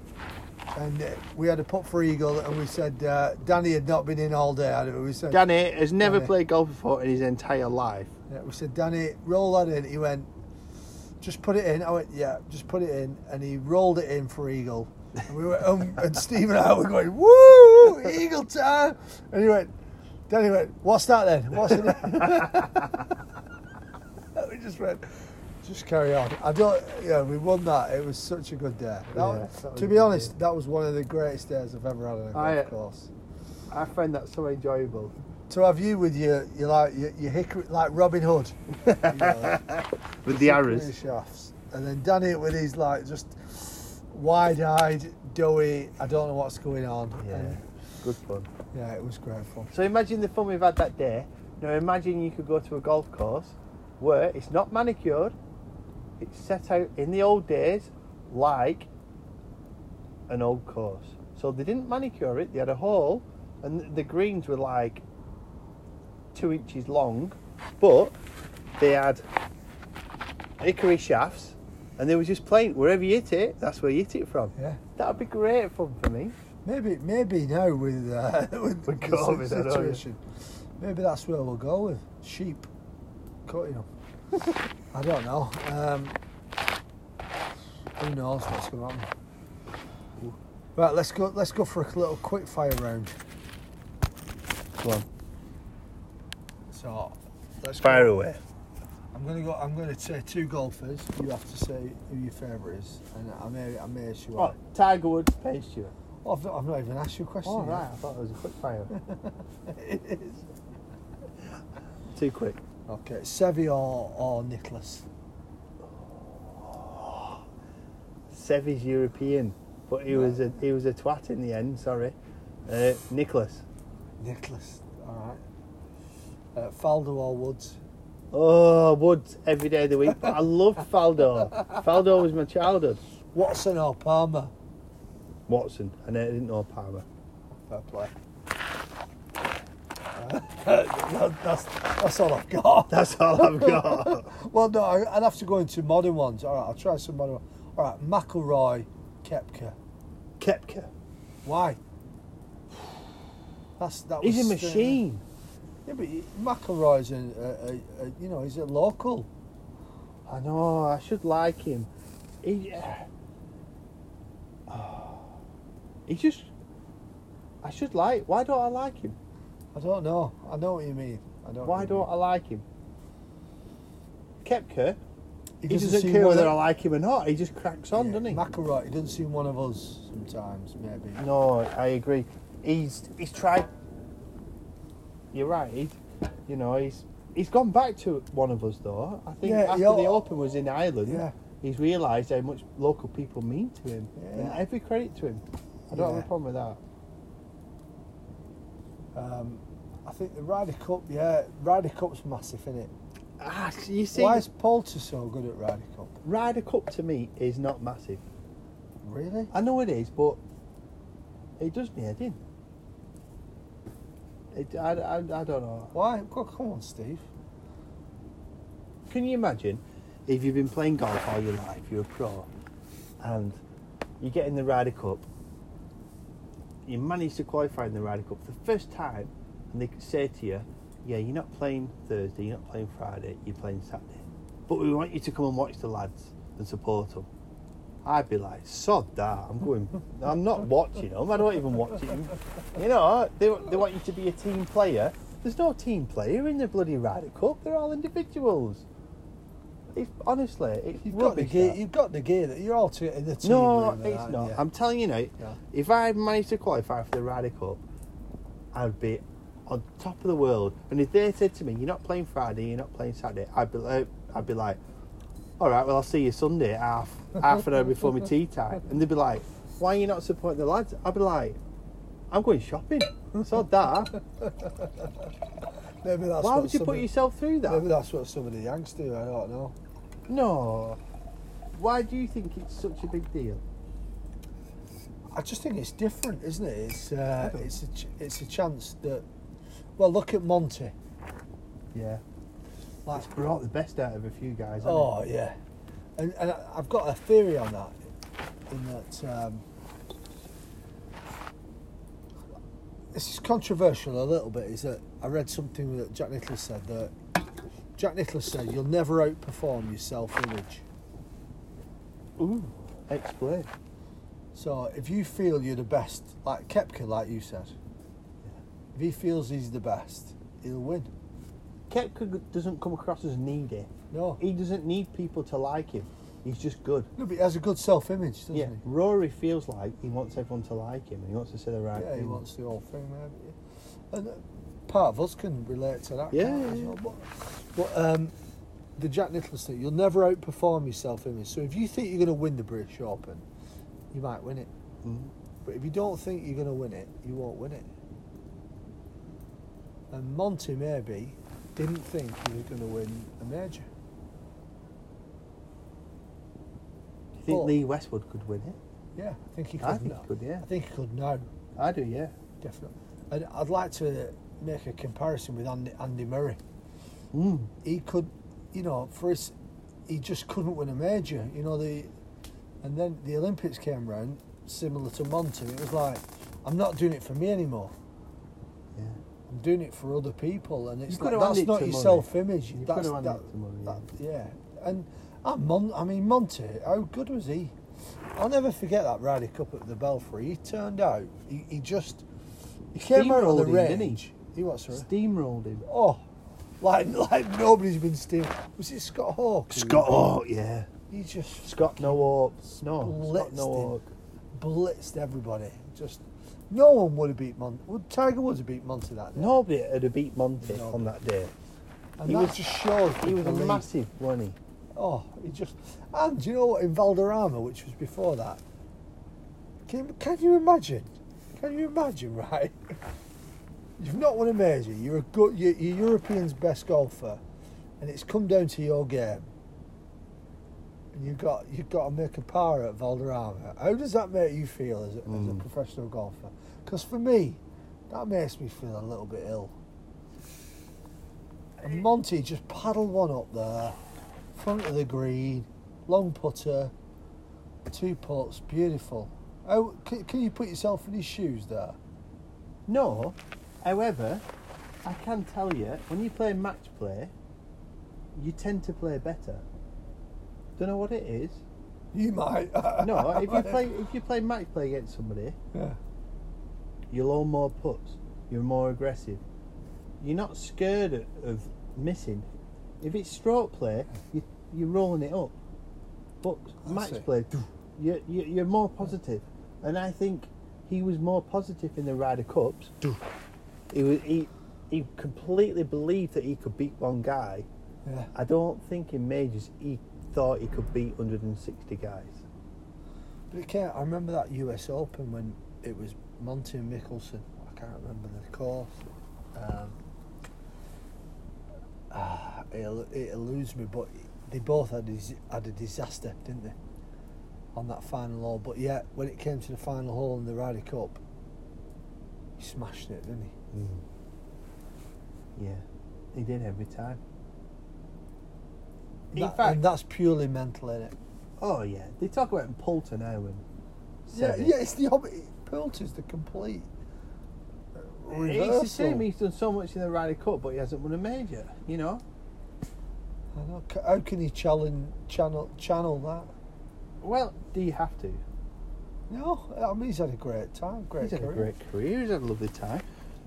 Speaker 2: and uh, we had a putt for eagle, and we said uh, Danny had not been in all day. had he? We said,
Speaker 3: Danny has never
Speaker 2: Danny.
Speaker 3: played golf before in his entire life.
Speaker 2: yeah, we said Danny, roll that in. He went, just put it in. I went, yeah, just put it in, and he rolled it in for eagle. And we were, um, <laughs> and Steve and I were going, woo, eagle time, and he went. Danny went, what's that then? What's it? <laughs> we just went, just carry on. I don't, yeah, we won that. It was such a good day. That
Speaker 3: Yeah,
Speaker 2: was-
Speaker 3: that was
Speaker 2: to
Speaker 3: a
Speaker 2: be
Speaker 3: good
Speaker 2: honest,
Speaker 3: day.
Speaker 2: that was one of the greatest days I've ever had on a golf
Speaker 3: I, uh,
Speaker 2: course.
Speaker 3: I find that so enjoyable.
Speaker 2: To have you with your, your like your, your hickory, like
Speaker 3: <laughs>
Speaker 2: Robin Hood, you know,
Speaker 3: With the
Speaker 2: hickory
Speaker 3: arrows.
Speaker 2: shafts, and then Danny with his like just wide-eyed, doughy. I don't know what's going on.
Speaker 3: Yeah,
Speaker 2: And,
Speaker 3: good fun.
Speaker 2: yeah, it was great fun.
Speaker 3: So imagine the fun we've had that day. Now imagine you could go to a golf course where it's not manicured, it's set out in the old days like an old course. So they didn't manicure it, they had a hole, and the greens were like two inches long, but they had hickory shafts, and they were just playing wherever you hit it, that's where you hit it from.
Speaker 2: Yeah.
Speaker 3: That would be great fun for me.
Speaker 2: Maybe, maybe now with uh, <laughs> with
Speaker 3: With
Speaker 2: the
Speaker 3: COVID, I don't know.
Speaker 2: situation, maybe that's where we'll go with sheep cutting them. I don't know. Um, who knows what's going to happen? Right, let's go. Let's go for a little quick fire round.
Speaker 3: Come on,
Speaker 2: So, let's
Speaker 3: fire
Speaker 2: go.
Speaker 3: away.
Speaker 2: I'm gonna go. I'm gonna say two golfers. You have to say who your favourite is, and I may, I may ask you.
Speaker 3: Oh,
Speaker 2: Oh.
Speaker 3: Tiger Woods, Page Stewart.
Speaker 2: I've, not, I've not even asked you a question.
Speaker 3: Oh,
Speaker 2: yet.
Speaker 3: right, I thought it was a quick <laughs> fire.
Speaker 2: It is.
Speaker 3: <laughs> Too quick.
Speaker 2: Okay, Sevi or or Nicholas.
Speaker 3: Sevy's European, but he was a he was a twat in the end. Sorry, uh, Nicholas.
Speaker 2: Nicholas, all right. Uh, Faldo or Woods?
Speaker 3: Oh, Woods every day of the week. But I <laughs> loved Faldo. Faldo was my childhood.
Speaker 2: Watson or Palmer?
Speaker 3: Watson, and I didn't know Palmer.
Speaker 2: Fair play. <laughs> Uh, that- that's, that's all I've got. <laughs>
Speaker 3: That's all I've got. <laughs>
Speaker 2: Well, no, I- I'd have to go into modern ones. All right, I'll try some modern ones. All right, McElroy, Kepka.
Speaker 3: Kepka.
Speaker 2: Why? That's that.
Speaker 3: He's a
Speaker 2: was, uh,
Speaker 3: machine.
Speaker 2: yeah, but he- McElroy's an, uh, uh, uh, you know, he's a local.
Speaker 3: I know. I should like him. He. uh, <sighs> he just. I should like. Why don't I like him?
Speaker 2: I don't know. I know what you mean. I don't.
Speaker 3: Why don't I like him? Kepka,
Speaker 2: I?
Speaker 3: he, doesn't care whether I like him or not. He just cracks on,
Speaker 2: Yeah,
Speaker 3: doesn't he?
Speaker 2: McElroy, he doesn't seem one of us sometimes, maybe.
Speaker 3: no, I agree. He's he's tried. You're right. He, you know, he's he's gone back to one of us though. I think
Speaker 2: Yeah,
Speaker 3: after
Speaker 2: yeah.
Speaker 3: the Open was in Ireland,
Speaker 2: Yeah.
Speaker 3: he's realised how much local people mean to him, and
Speaker 2: Yeah.
Speaker 3: every credit to him. I don't have
Speaker 2: Yeah.
Speaker 3: a problem with that.
Speaker 2: Um, I think the Ryder Cup, yeah, Ryder Cup's massive, innit?
Speaker 3: Ah, so you see,
Speaker 2: Why is Poulter so good at Ryder Cup?
Speaker 3: Ryder Cup to me is not massive.
Speaker 2: Really?
Speaker 3: I know it is, but it does me head in. It, I, I, I don't know.
Speaker 2: Why? Go- Come on, Steve.
Speaker 3: Can you imagine if you've been playing golf all your life, you're a pro, and you get in the Ryder Cup, you manage to qualify in the Ryder Cup for the first time, and they could say to you, Yeah, you're not playing Thursday, you're not playing Friday, you're playing Saturday. But we want you to come and watch the lads and support them. I'd be like, sod that, I'm going, I'm not watching them, I don't even watch them. You know, they, they want you to be a team player. There's no team player in the bloody Ryder Cup, they're all individuals. It's, honestly, it's
Speaker 2: You've got the
Speaker 3: rubbish,
Speaker 2: gear.
Speaker 3: that.
Speaker 2: You've got the gear that you're all to in the team.
Speaker 3: No,
Speaker 2: room and
Speaker 3: it's
Speaker 2: that,
Speaker 3: not.
Speaker 2: yeah.
Speaker 3: I'm telling you now,
Speaker 2: Yeah.
Speaker 3: if I had managed to qualify for the Ryder Cup, I'd be on top of the world. And if they said to me, "You're not playing Friday, you're not playing Saturday," I'd be like, I'd be like, "All right, well, I'll see you Sunday, at half half an hour before my tea time." And they'd be like, "Why are you not supporting the lads?" I'd be like, "I'm going shopping." So
Speaker 2: <laughs>
Speaker 3: that.
Speaker 2: Maybe that's
Speaker 3: Why
Speaker 2: what
Speaker 3: would you
Speaker 2: some
Speaker 3: put
Speaker 2: of-
Speaker 3: yourself through
Speaker 2: Maybe
Speaker 3: that?
Speaker 2: that's what some of the Yanks do. I don't know.
Speaker 3: No. Why do you think it's such a big deal?
Speaker 2: I just think it's different, isn't it? It's uh, it's a ch- it's a chance that. Well, look at Monty.
Speaker 3: Yeah,
Speaker 2: Like,
Speaker 3: it's brought the best out of a few guys. hasn't it?
Speaker 2: oh yeah, and, and I- I've got a theory on that. In that um, this is controversial a little bit. Is that I read something that Jack Nicklaus said that Jack Nicklaus said you'll never outperform your self-image.
Speaker 3: Ooh, explain.
Speaker 2: So if you feel you're the best, like Kepka, like you said, if he feels he's the best, he'll win.
Speaker 3: Kepka doesn't come across as needy.
Speaker 2: No,
Speaker 3: He doesn't need people to like him. He's just good.
Speaker 2: no, but he has a good self-image, doesn't
Speaker 3: yeah,
Speaker 2: he?
Speaker 3: Rory feels like he wants everyone to like him and he wants to say the right Mm.
Speaker 2: Yeah, he
Speaker 3: thing.
Speaker 2: wants the whole thing, maybe. And uh, part of us can relate to that.
Speaker 3: Yeah,
Speaker 2: can't
Speaker 3: yeah,
Speaker 2: we, as
Speaker 3: yeah.
Speaker 2: well? But, but um, the Jack Nicklaus thing, you'll never outperform yourself in this. So if you think you're going to win the British Open, you might win it.
Speaker 3: Mm.
Speaker 2: But if you don't think you're going to win it, you won't win it. And Monty maybe didn't think he was going to win a major.
Speaker 3: Do you think
Speaker 2: Well-
Speaker 3: Lee Westwood could win it?
Speaker 2: Yeah, I think he could.
Speaker 3: I think
Speaker 2: now.
Speaker 3: he could, yeah.
Speaker 2: I think he could now,
Speaker 3: I do, yeah.
Speaker 2: definitely. And I'd like to make a comparison with Andy, Andy Murray.
Speaker 3: Mm.
Speaker 2: he could, you know, for his, he just couldn't win a major. You know the, and then the Olympics came round, similar to Monty. It was like, I'm not doing it for me anymore.
Speaker 3: Yeah.
Speaker 2: I'm doing it for other people, and it's
Speaker 3: could
Speaker 2: like,
Speaker 3: have
Speaker 2: that's
Speaker 3: handed
Speaker 2: not
Speaker 3: it to
Speaker 2: your
Speaker 3: Murray.
Speaker 2: self-image.
Speaker 3: You could
Speaker 2: that's
Speaker 3: have handed
Speaker 2: that,
Speaker 3: it to Murray, yeah.
Speaker 2: that- yeah. And and Mon, I mean Monty, how good was he? I'll never forget that Ryder Cup at the Belfry. He turned out, he, he just, he came out on the
Speaker 3: Steamrolled him, didn't he?
Speaker 2: range. He was, sorry.
Speaker 3: Steamrolled him.
Speaker 2: Oh, like <laughs> like nobody's been stealing. Was it Scott Hawke? who-
Speaker 3: Scott Hawk, yeah.
Speaker 2: He just
Speaker 3: Scott No Hawks. No, Scott
Speaker 2: Blitzed
Speaker 3: No
Speaker 2: him.
Speaker 3: Hawk.
Speaker 2: blitzed everybody. Just no one would have beat Monty. Would Tiger Woods have beat Monty that day?
Speaker 3: Nobody would have beat Monty
Speaker 2: No.
Speaker 3: on that day.
Speaker 2: and
Speaker 3: he
Speaker 2: that
Speaker 3: was-
Speaker 2: just shows
Speaker 3: He was
Speaker 2: the
Speaker 3: a
Speaker 2: league.
Speaker 3: massive, wasn't
Speaker 2: Oh, he just and do you know what in Valderrama, which was before that. Can, can you imagine? Can you imagine? <laughs> Right, you've not won a major. You're a good. You're, you're European's best golfer, and it's come down to your game. And you've got you've got to make a par at Valderrama. How does that make you feel as a, as a
Speaker 3: Mm.
Speaker 2: professional golfer? Because for me, that makes me feel a little bit ill. And Monty just paddled one up there, front of the green, long putter, two putts, beautiful. Oh, can, can you put yourself in his shoes
Speaker 3: he?
Speaker 2: there?
Speaker 3: No. However, I can tell you, when you play match play, you tend to play better. Don't know what it is.
Speaker 2: You might.
Speaker 3: No, if
Speaker 2: <laughs>
Speaker 3: you play if you play match play against somebody,
Speaker 2: Yeah.
Speaker 3: you'll own more puts. You're more aggressive. You're not scared of, of missing. If it's stroke play, you, you're rolling it up. But
Speaker 2: I
Speaker 3: match
Speaker 2: see.
Speaker 3: play, you're, you're, you're more positive. And I think he was more positive in the Ryder Cups. He, was, he, he completely believed that he could beat one guy.
Speaker 2: Yeah.
Speaker 3: I don't think in majors he thought he could beat 160 guys.
Speaker 2: But it can't, I remember that US Open when it was Monty and Mickelson. <sighs> I can't remember the course. Um, ah, it, el- it eludes me, but they both had a, dis- had a disaster, didn't they? On that final hole, but yeah, when it came to the final hole in the Ryder Cup, he smashed it, didn't he?
Speaker 3: Yeah, he did every time. In
Speaker 2: That-
Speaker 3: fact-
Speaker 2: and that's purely mental, innit?
Speaker 3: Oh yeah, they talk about Poulter now and
Speaker 2: Yeah,
Speaker 3: Seve.
Speaker 2: yeah, it's the opposite. Poulter's the complete uh,
Speaker 3: It's
Speaker 2: reversal.
Speaker 3: the same. He's done so much in the Ryder Cup, but he hasn't won a major. You know.
Speaker 2: I know, c- How can he challenge, channel channel that?
Speaker 3: Well, do you have to?
Speaker 2: No, I mean he's had a great time, great
Speaker 3: he's had
Speaker 2: career.
Speaker 3: a great career. He's had a lovely time.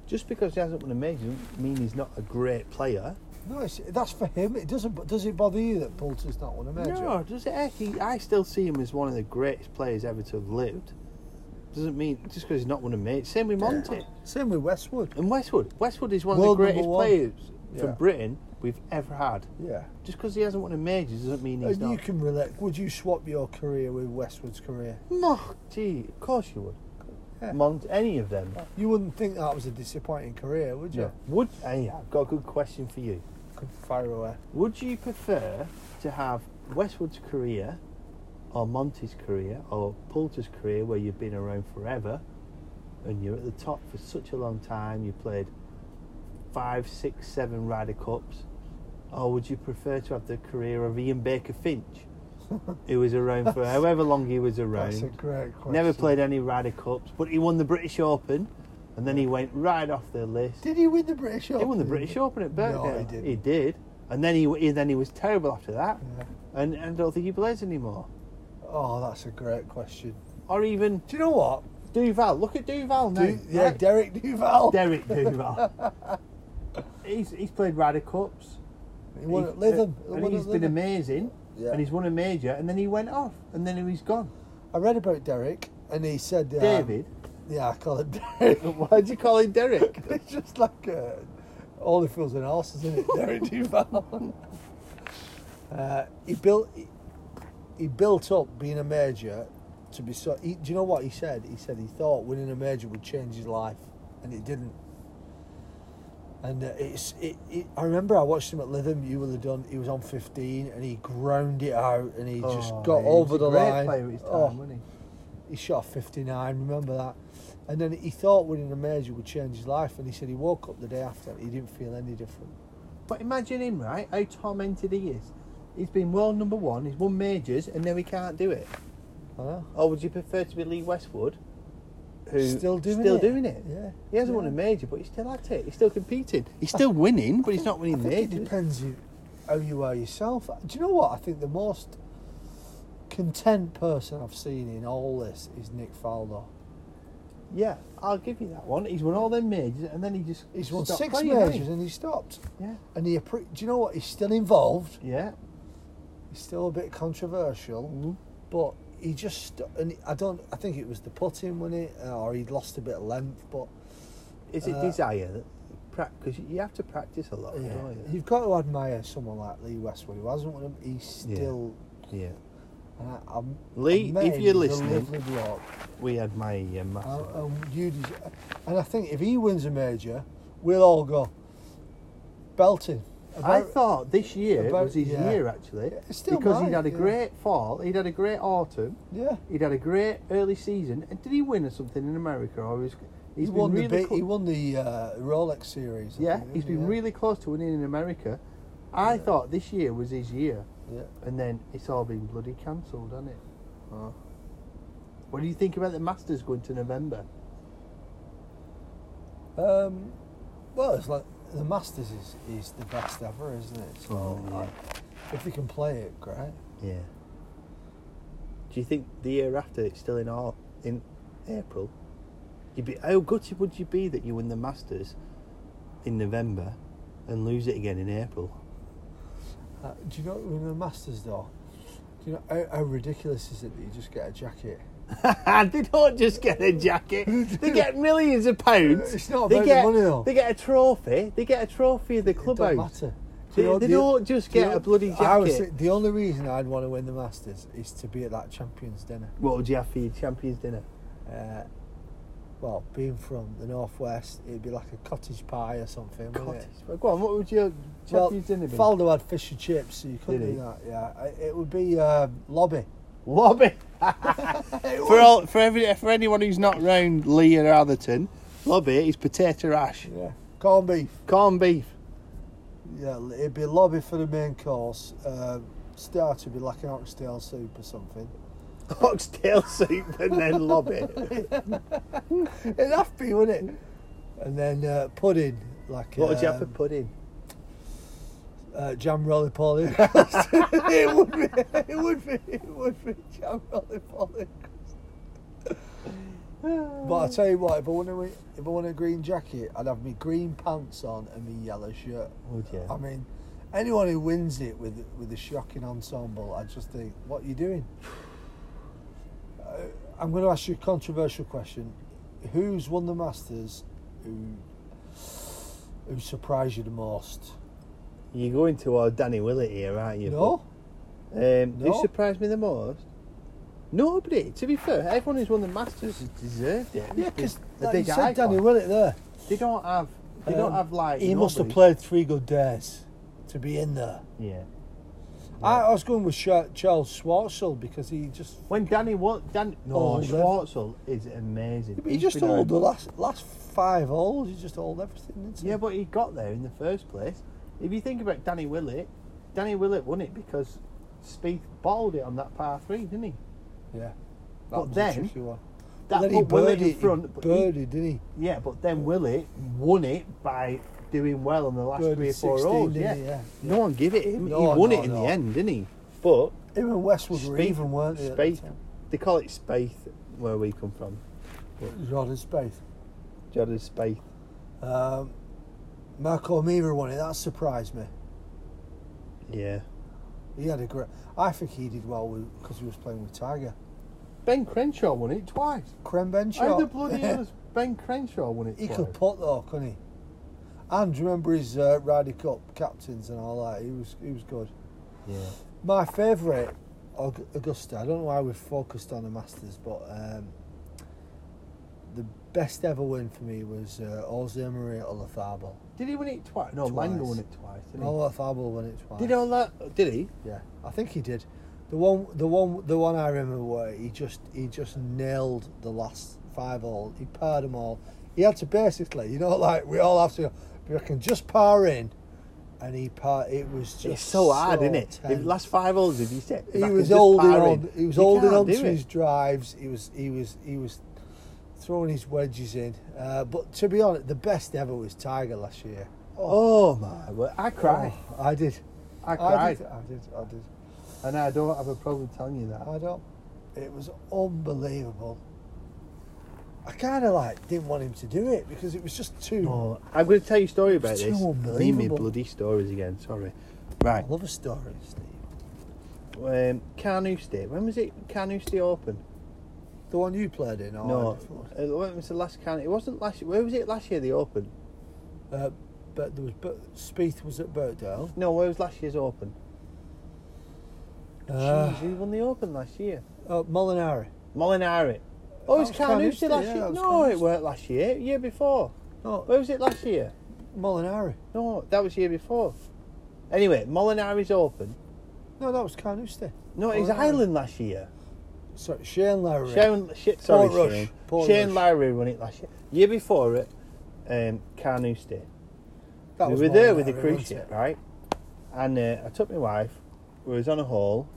Speaker 3: Just because he hasn't won a major doesn't mean he's not a great player.
Speaker 2: No, it's, that's for him. It doesn't. bo- Does it bother you that Poulter's not won a major?
Speaker 3: No, does it? Heck, he, I still see him as one of the greatest players ever to have lived. Doesn't mean just because he's not won a major. Same with Monty
Speaker 2: Same with Westwood.
Speaker 3: and Westwood. Westwood is one of
Speaker 2: World
Speaker 3: the
Speaker 2: number
Speaker 3: greatest
Speaker 2: one.
Speaker 3: players from
Speaker 2: Yeah.
Speaker 3: Britain we've ever had.
Speaker 2: Yeah.
Speaker 3: Just because he hasn't won a major doesn't mean he's
Speaker 2: And
Speaker 3: not.
Speaker 2: you can relate. Would you swap your career with Westwood's career?
Speaker 3: No, gee, of course you would.
Speaker 2: Yeah.
Speaker 3: Mont, any of them.
Speaker 2: You wouldn't think that was a disappointing career, would you?
Speaker 3: Would hey, I've got a good question for you.
Speaker 2: Could fire away.
Speaker 3: Would you prefer to have Westwood's career, or Monty's career, or Poulter's career, where you've been around forever, and you're at the top for such a long time? You played five, six, seven Ryder Cups, or would you prefer to have the career of Ian Baker
Speaker 2: <laughs>
Speaker 3: Finch, who was around for however long he was around?
Speaker 2: That's a great question.
Speaker 3: Never played any Ryder Cups, but he won the British Open, and then he went right off the list.
Speaker 2: Did he win the British Open?
Speaker 3: He won the British Open at
Speaker 2: No,
Speaker 3: Birkdale.
Speaker 2: he didn't.
Speaker 3: He did, and then he, he then he was terrible after that,
Speaker 2: Yeah.
Speaker 3: and, and I don't think he plays anymore.
Speaker 2: Oh, that's a great question.
Speaker 3: Or even
Speaker 2: Do you know what?
Speaker 3: Duval. Look at Duval now.
Speaker 2: Du- yeah,
Speaker 3: right?
Speaker 2: Derek Duval.
Speaker 3: Derek
Speaker 2: <laughs>
Speaker 3: Duval. he's he's played Ryder Cups.
Speaker 2: he won at
Speaker 3: He-
Speaker 2: Lytham. He
Speaker 3: and
Speaker 2: won
Speaker 3: he's
Speaker 2: at
Speaker 3: been
Speaker 2: Lytham.
Speaker 3: amazing,
Speaker 2: Yeah.
Speaker 3: and he's won a major, and then he went off, and then he's gone.
Speaker 2: I read about Derek, and he said, um, <laughs>
Speaker 3: David,
Speaker 2: Yeah, I call it <laughs> Derek.
Speaker 3: why do you call him <laughs> Derek?
Speaker 2: it's just like uh, all he feels an arse, isn't it? Derek <laughs> Duval. uh, he built. He, he built up being a major to be so. He, do you know what he said? He said he thought winning a major would change his life, and it didn't. And uh, it's. It, it, I remember I watched him at Lytham. You will have done. He was on fifteen, and he ground it out, and he just
Speaker 3: Oh,
Speaker 2: got
Speaker 3: he was
Speaker 2: over
Speaker 3: a
Speaker 2: the
Speaker 3: great
Speaker 2: line.
Speaker 3: player at his time,
Speaker 2: Oh,
Speaker 3: wasn't he?
Speaker 2: he shot 59, remember that? And then he thought winning a major would change his life, and he said he woke up the day after and he didn't feel any different.
Speaker 3: But imagine him, right? How tormented he is. He's been world number one, he's won majors, and now he can't do it.
Speaker 2: I know.
Speaker 3: Or would you prefer to be Lee Westwood, who
Speaker 2: Still doing
Speaker 3: still
Speaker 2: it.
Speaker 3: doing it?
Speaker 2: Yeah.
Speaker 3: He hasn't won a
Speaker 2: Yeah.
Speaker 3: major, but he's still at it. He's still competing. He's still winning, but he's not
Speaker 2: I
Speaker 3: winning
Speaker 2: think it
Speaker 3: majors.
Speaker 2: depends you, how you are yourself. Do you know what? I think the most content person I've seen in all this is Nick Faldo.
Speaker 3: Yeah, I'll give you that one. He's won all them majors, and then he just
Speaker 2: He's won
Speaker 3: stopped
Speaker 2: six
Speaker 3: playing, hasn't he?
Speaker 2: majors and he stopped.
Speaker 3: Yeah,
Speaker 2: And he, appre- do you know what? He's still involved.
Speaker 3: yeah.
Speaker 2: He's still a bit controversial, but he just and I don't. I think it was the putting, wasn't it? Or he'd lost a bit of length, but
Speaker 3: Is it
Speaker 2: Uh,
Speaker 3: desire? Because you have to practice a lot, don't you?
Speaker 2: You've got to admire someone like Lee Westwood who hasn't won him. He's
Speaker 3: Yeah.
Speaker 2: still.
Speaker 3: Yeah.
Speaker 2: And I, I'm,
Speaker 3: Lee,
Speaker 2: I met
Speaker 3: if
Speaker 2: him,
Speaker 3: you're
Speaker 2: he's a
Speaker 3: listening,
Speaker 2: lovely bloke.
Speaker 3: we uh, admire you massively.
Speaker 2: And, and you des- and I think if he wins a major, we'll all go belting.
Speaker 3: I
Speaker 2: About-
Speaker 3: thought this year
Speaker 2: about-
Speaker 3: was his
Speaker 2: yeah.
Speaker 3: year actually,
Speaker 2: It still
Speaker 3: because he'd
Speaker 2: might,
Speaker 3: had a
Speaker 2: yeah.
Speaker 3: great fall, he'd had a great autumn,
Speaker 2: yeah.
Speaker 3: he'd had a great early season. And did he win or something in America? Or was, he's
Speaker 2: he
Speaker 3: been
Speaker 2: won
Speaker 3: really
Speaker 2: the big,
Speaker 3: clo-
Speaker 2: he won the uh, Rolex series. I
Speaker 3: yeah,
Speaker 2: think,
Speaker 3: he's
Speaker 2: didn't
Speaker 3: been
Speaker 2: he?
Speaker 3: really close to winning in America. I thought this year was his year,
Speaker 2: Yeah.
Speaker 3: and then it's all been bloody cancelled, hasn't it? What do you think about the Masters going to November?
Speaker 2: Yeah. Um, well, it's like the Masters is, is the best ever, isn't it? So
Speaker 3: Oh, yeah.
Speaker 2: like, if you can play it, great.
Speaker 3: Yeah. Do you think the year after it's still in Ar- in April? You'd be how gutted would you be that you win the Masters in November and lose it again in April? <laughs>
Speaker 2: Uh, do you know in the Masters though? Do you know how, how ridiculous is it that you just get a jacket?
Speaker 3: they don't just get a jacket; they
Speaker 2: <laughs>
Speaker 3: get millions of pounds.
Speaker 2: It's not
Speaker 3: they
Speaker 2: about the
Speaker 3: get,
Speaker 2: money, though.
Speaker 3: They get a trophy. They get a trophy of the
Speaker 2: It don't
Speaker 3: clubhouse.
Speaker 2: matter.
Speaker 3: They-
Speaker 2: You know,
Speaker 3: they
Speaker 2: the-
Speaker 3: don't just
Speaker 2: do you
Speaker 3: get
Speaker 2: know-
Speaker 3: a bloody
Speaker 2: I was
Speaker 3: jacket.
Speaker 2: thi- the only reason I'd want to win the Masters is to be at that Champions Dinner.
Speaker 3: What would you have for your Champions dinner?
Speaker 2: Uh, well, being from the northwest, it'd be like a cottage pie or something. wouldn't
Speaker 3: Cottage.
Speaker 2: it?
Speaker 3: Well, go on, what would your
Speaker 2: Well,
Speaker 3: Japanese dinner be?
Speaker 2: Faldo had fish and chips, so you couldn't
Speaker 3: Did he?
Speaker 2: do that. Yeah, I- it would be um, lobby.
Speaker 3: <laughs> Lobby.
Speaker 1: For all, for every, for anyone who's not round Lee or Atherton, lobby is potato ash,
Speaker 2: Yeah, corned beef.
Speaker 1: corned beef.
Speaker 2: Yeah, l- it'd be lobby for the main course. Um, starter would be like an oxtail soup or something.
Speaker 3: <laughs> Oxtail soup and then <laughs> lobby.
Speaker 2: It'd have to be, wouldn't it? And then uh, pudding, like
Speaker 3: What would you have for
Speaker 2: um,
Speaker 3: <laughs> pudding?
Speaker 2: uh, jam roly poly. <laughs> it would be, it would be, it would be <laughs> jam roly poly. But I tell you what, if I want to, if I want a green jacket, I'd have my green pants on and my yellow shirt.
Speaker 3: Would you?
Speaker 2: I mean, anyone who wins it with with a shocking ensemble, I just think, what are you doing? Uh, I'm going to ask you a controversial question: Who's won the Masters? Who who surprised you the most?
Speaker 3: You're going toward Danny Willett here, aren't you?
Speaker 2: no.
Speaker 3: Um,
Speaker 2: No.
Speaker 3: Who surprised me the most? Nobody. To be fair, everyone who's won the Masters has deserved it.
Speaker 2: Yeah, because
Speaker 3: The
Speaker 2: like you
Speaker 3: big
Speaker 2: said,
Speaker 3: icon.
Speaker 2: Danny Willett there.
Speaker 3: They don't have. They don't
Speaker 2: Um,
Speaker 3: have like.
Speaker 2: He must have
Speaker 3: nobody.
Speaker 2: played three good days to be in there.
Speaker 3: Yeah.
Speaker 2: I, I was going with Sha- Charles Schwartzel because he just
Speaker 3: When Danny what Dan no
Speaker 2: Older.
Speaker 3: Schwartzel is amazing.
Speaker 2: he
Speaker 3: He's
Speaker 2: just
Speaker 3: been on-
Speaker 2: hold the last last five holes. He just hold everything. Didn't he?
Speaker 3: Yeah, but he got there in the first place. If you think about Danny Willett, Danny Willett won it because Spieth bottled it on that par three, didn't he?
Speaker 2: yeah. That
Speaker 3: but
Speaker 2: was a
Speaker 3: then-
Speaker 2: tricky one.
Speaker 3: That
Speaker 2: then he
Speaker 3: put Willett
Speaker 2: birdied,
Speaker 3: in
Speaker 2: he
Speaker 3: front. but he-
Speaker 2: birdied, didn't he?
Speaker 3: yeah, but then Willett won it by doing well on the last
Speaker 2: Birdied
Speaker 3: three or four
Speaker 2: 16,
Speaker 3: holes.
Speaker 2: didn't
Speaker 3: Yeah.
Speaker 2: he? Yeah,
Speaker 3: no one give it him.
Speaker 2: No,
Speaker 3: he won
Speaker 2: no,
Speaker 3: it in
Speaker 2: no.
Speaker 3: the end, didn't he? But
Speaker 2: Him and Westwood were
Speaker 3: Spieth-
Speaker 2: even, weren't they? at the
Speaker 3: Spieth,
Speaker 2: time?
Speaker 3: they call it Spaith where we come from.
Speaker 2: Rod and Spaeth.
Speaker 3: Jordan Spaith.
Speaker 2: Um, Marco Mira won it. That surprised me.
Speaker 3: Yeah.
Speaker 2: He had a great. I think he did well because he was playing with Tiger.
Speaker 3: Ben Crenshaw won it twice.
Speaker 2: Creme Benchot.
Speaker 3: How the bloody uh, hell <laughs> has Ben Crenshaw won it
Speaker 2: He
Speaker 3: twice?
Speaker 2: could putt though, couldn't he? And do you remember his uh, Ryder Cup captains and all that. He was he was good.
Speaker 3: Yeah.
Speaker 2: My favourite, Aug- Augusta. I don't know why we've focused on the Masters, but um, the best ever win for me was uh, Jose Maria Olafable.
Speaker 3: Did he win it twice? No,
Speaker 2: Twice.
Speaker 3: Langer won it twice. Didn't he?
Speaker 2: Olafable won it twice.
Speaker 3: Did all that? Did he?
Speaker 2: Yeah, I think he did. The one, the one, the one I remember where he just he just nailed the last five all. He parred them all. He had to basically, you know, <laughs> like we all have to. We can just par in, and he par. It was just
Speaker 3: It's so hard, isn't it?
Speaker 2: tense.
Speaker 3: If last five holes, if you said
Speaker 2: he was holding on. He was holding on to his drives. He was he was he was throwing his wedges in. Uh, but to be honest, the best ever was Tiger last year.
Speaker 3: Oh my! word. I cried.
Speaker 2: Oh, I did.
Speaker 3: I cried,
Speaker 2: did. I did. I did.
Speaker 3: and I don't have a problem telling you that.
Speaker 2: I don't. It was unbelievable. I kind of like didn't want him to do it because it was just too.
Speaker 3: Oh, I'm going to tell you a story about
Speaker 2: It's
Speaker 3: this.
Speaker 2: too
Speaker 3: Leave me
Speaker 2: unbelievable.
Speaker 3: bloody stories again. Sorry.
Speaker 2: I
Speaker 3: Right.
Speaker 2: love a story, Steve.
Speaker 3: Um, Carnoustie. When was it? Carnoustie Open.
Speaker 2: The one you played in, or
Speaker 3: no.
Speaker 2: a different one?
Speaker 3: Uh, when was the last Carn? It wasn't last. Where was it last year? The Open.
Speaker 2: Uh, but there was, but Speeth was at Birkdale.
Speaker 3: No. Where was last year's Open?
Speaker 2: Uh, Ah.
Speaker 3: Jeez, who won the Open last year?
Speaker 2: uh, Molinari.
Speaker 3: Molinari. Oh, it's
Speaker 2: That was
Speaker 3: Carnoustie
Speaker 2: Carnoustie,
Speaker 3: last
Speaker 2: yeah,
Speaker 3: year.
Speaker 2: that was
Speaker 3: No, it
Speaker 2: Carnoustie.
Speaker 3: weren't last year. Year before.
Speaker 2: No,
Speaker 3: Where was it last year?
Speaker 2: Molinari.
Speaker 3: No, that was year before. Anyway, Molinari's Open.
Speaker 2: No, that was Carnoustie.
Speaker 3: No, it was
Speaker 2: Molinari.
Speaker 3: Ireland last year.
Speaker 2: Sorry, Shane Lowry.
Speaker 3: Shane, shit, sorry,
Speaker 2: Rush.
Speaker 3: Shane.
Speaker 2: Paul
Speaker 3: Shane
Speaker 2: Rush.
Speaker 3: Lowry won it last year. Year before it, um, Carnoustie.
Speaker 2: that
Speaker 3: we
Speaker 2: was
Speaker 3: were there with the
Speaker 2: Molinari,
Speaker 3: cruise
Speaker 2: wasn't
Speaker 3: ship,
Speaker 2: it?
Speaker 3: right? And uh, I took my wife. We was on a haul,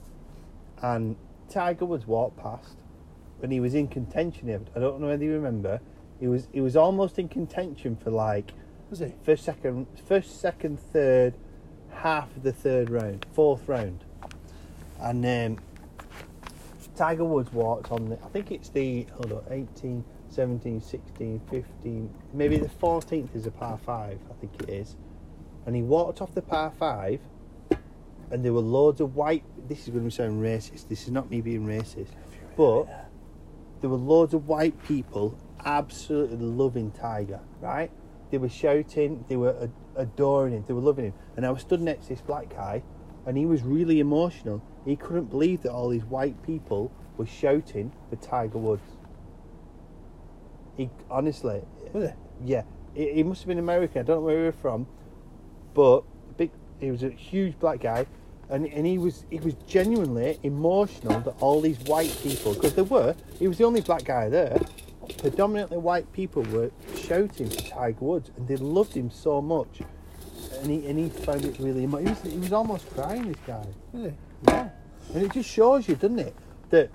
Speaker 3: and Tiger Woods walked past, and he was in contention. I don't know whether you remember. He was he was almost in contention for like
Speaker 2: Was he?
Speaker 3: first, second, first, second, third, half of the third round, fourth round, and um, Tiger Woods walked on. The, I think it's the hold on, 18, 17, 16, 15, maybe the 14th is a par five. I think it is, and he walked off the par five, and there were loads of white. This is going to sound racist. This is not me being racist, but there were loads of white people absolutely loving Tiger, right? They were shouting, they were ad- adoring him, they were loving him. And I was stood next to this black guy, and he was really emotional. He couldn't believe that all these white people were shouting for Tiger Woods. He honestly,
Speaker 2: Was it?
Speaker 3: yeah, he, he must have been American. I don't know where he was from, but big. He was a huge black guy, and, and he was he was genuinely emotional that all these white people, because there were, he was the only black guy there. Predominantly white people were shouting for Tiger Woods, and they loved him so much, and he and he found it really. emo- He was he was almost crying. This guy.
Speaker 2: Really?
Speaker 3: Yeah. And it just shows you, doesn't it, that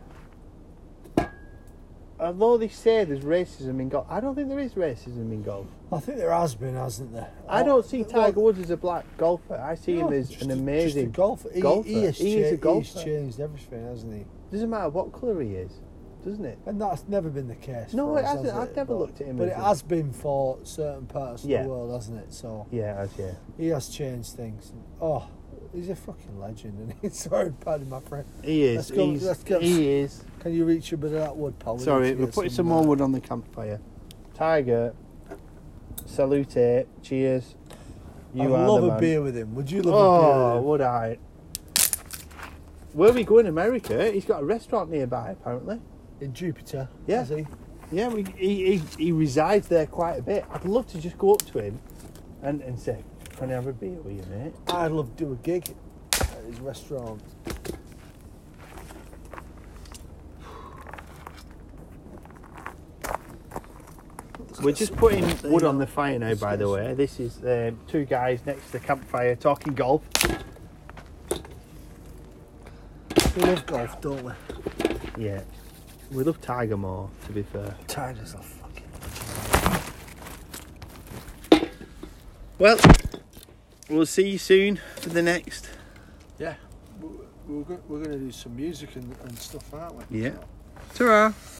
Speaker 3: although they say there's racism in golf, I don't think there is racism in golf.
Speaker 2: I think there has been, hasn't there?
Speaker 3: I don't see Tiger
Speaker 2: Oh, Well,
Speaker 3: Woods as a black golfer. I see
Speaker 2: no,
Speaker 3: him as
Speaker 2: just
Speaker 3: an
Speaker 2: a- just a
Speaker 3: amazing
Speaker 2: golfer. He,
Speaker 3: golfer.
Speaker 2: He, has
Speaker 3: He is a
Speaker 2: cha- he has
Speaker 3: golfer.
Speaker 2: changed everything, hasn't he?
Speaker 3: Doesn't matter what colour he is, doesn't it?
Speaker 2: And that's never been the case.
Speaker 3: No,
Speaker 2: for
Speaker 3: it
Speaker 2: us,
Speaker 3: hasn't.
Speaker 2: has
Speaker 3: I've never
Speaker 2: But-
Speaker 3: looked at him
Speaker 2: But
Speaker 3: as
Speaker 2: it
Speaker 3: a-
Speaker 2: has been for certain parts of
Speaker 3: Yeah.
Speaker 2: the world, hasn't it? So
Speaker 3: Yeah, as yeah.
Speaker 2: he has changed things. Oh, he's a fucking legend, and he's <laughs> sorry, pardon my friend.
Speaker 3: He is.
Speaker 2: Let's go-
Speaker 3: he's-
Speaker 2: let's go.
Speaker 3: He is.
Speaker 2: Can you reach a bit of that wood, pal? We need
Speaker 3: Sorry,
Speaker 2: to
Speaker 3: we're
Speaker 2: get
Speaker 3: putting some more
Speaker 2: uh,
Speaker 3: wood on the campfire. Tiger, salute, cheers. You
Speaker 2: I'd
Speaker 3: are
Speaker 2: love
Speaker 3: the
Speaker 2: a
Speaker 3: man.
Speaker 2: beer with him. Would you love
Speaker 3: Oh,
Speaker 2: a beer?
Speaker 3: would I? Where we go in America? He's got a restaurant nearby, apparently.
Speaker 2: with him? In Jupiter.
Speaker 3: Yeah.
Speaker 2: Has he?
Speaker 3: Yeah, we, he, he, he resides there quite a bit. I'd love to just go up to him and, and say, Can I have a beer with you, mate?
Speaker 2: I'd love to do a gig at his restaurant.
Speaker 3: We're just putting wood on the fire now, by the way. This is um, two guys next to the campfire talking golf.
Speaker 2: We love golf, don't we?
Speaker 3: Yeah. We love Tiger more, to be fair.
Speaker 2: Tiger's a fucking.
Speaker 3: Well, we'll see you soon for the next.
Speaker 2: Yeah. We're, we're, go- we're going to do some music and, and stuff, aren't we?
Speaker 3: Yeah. Ta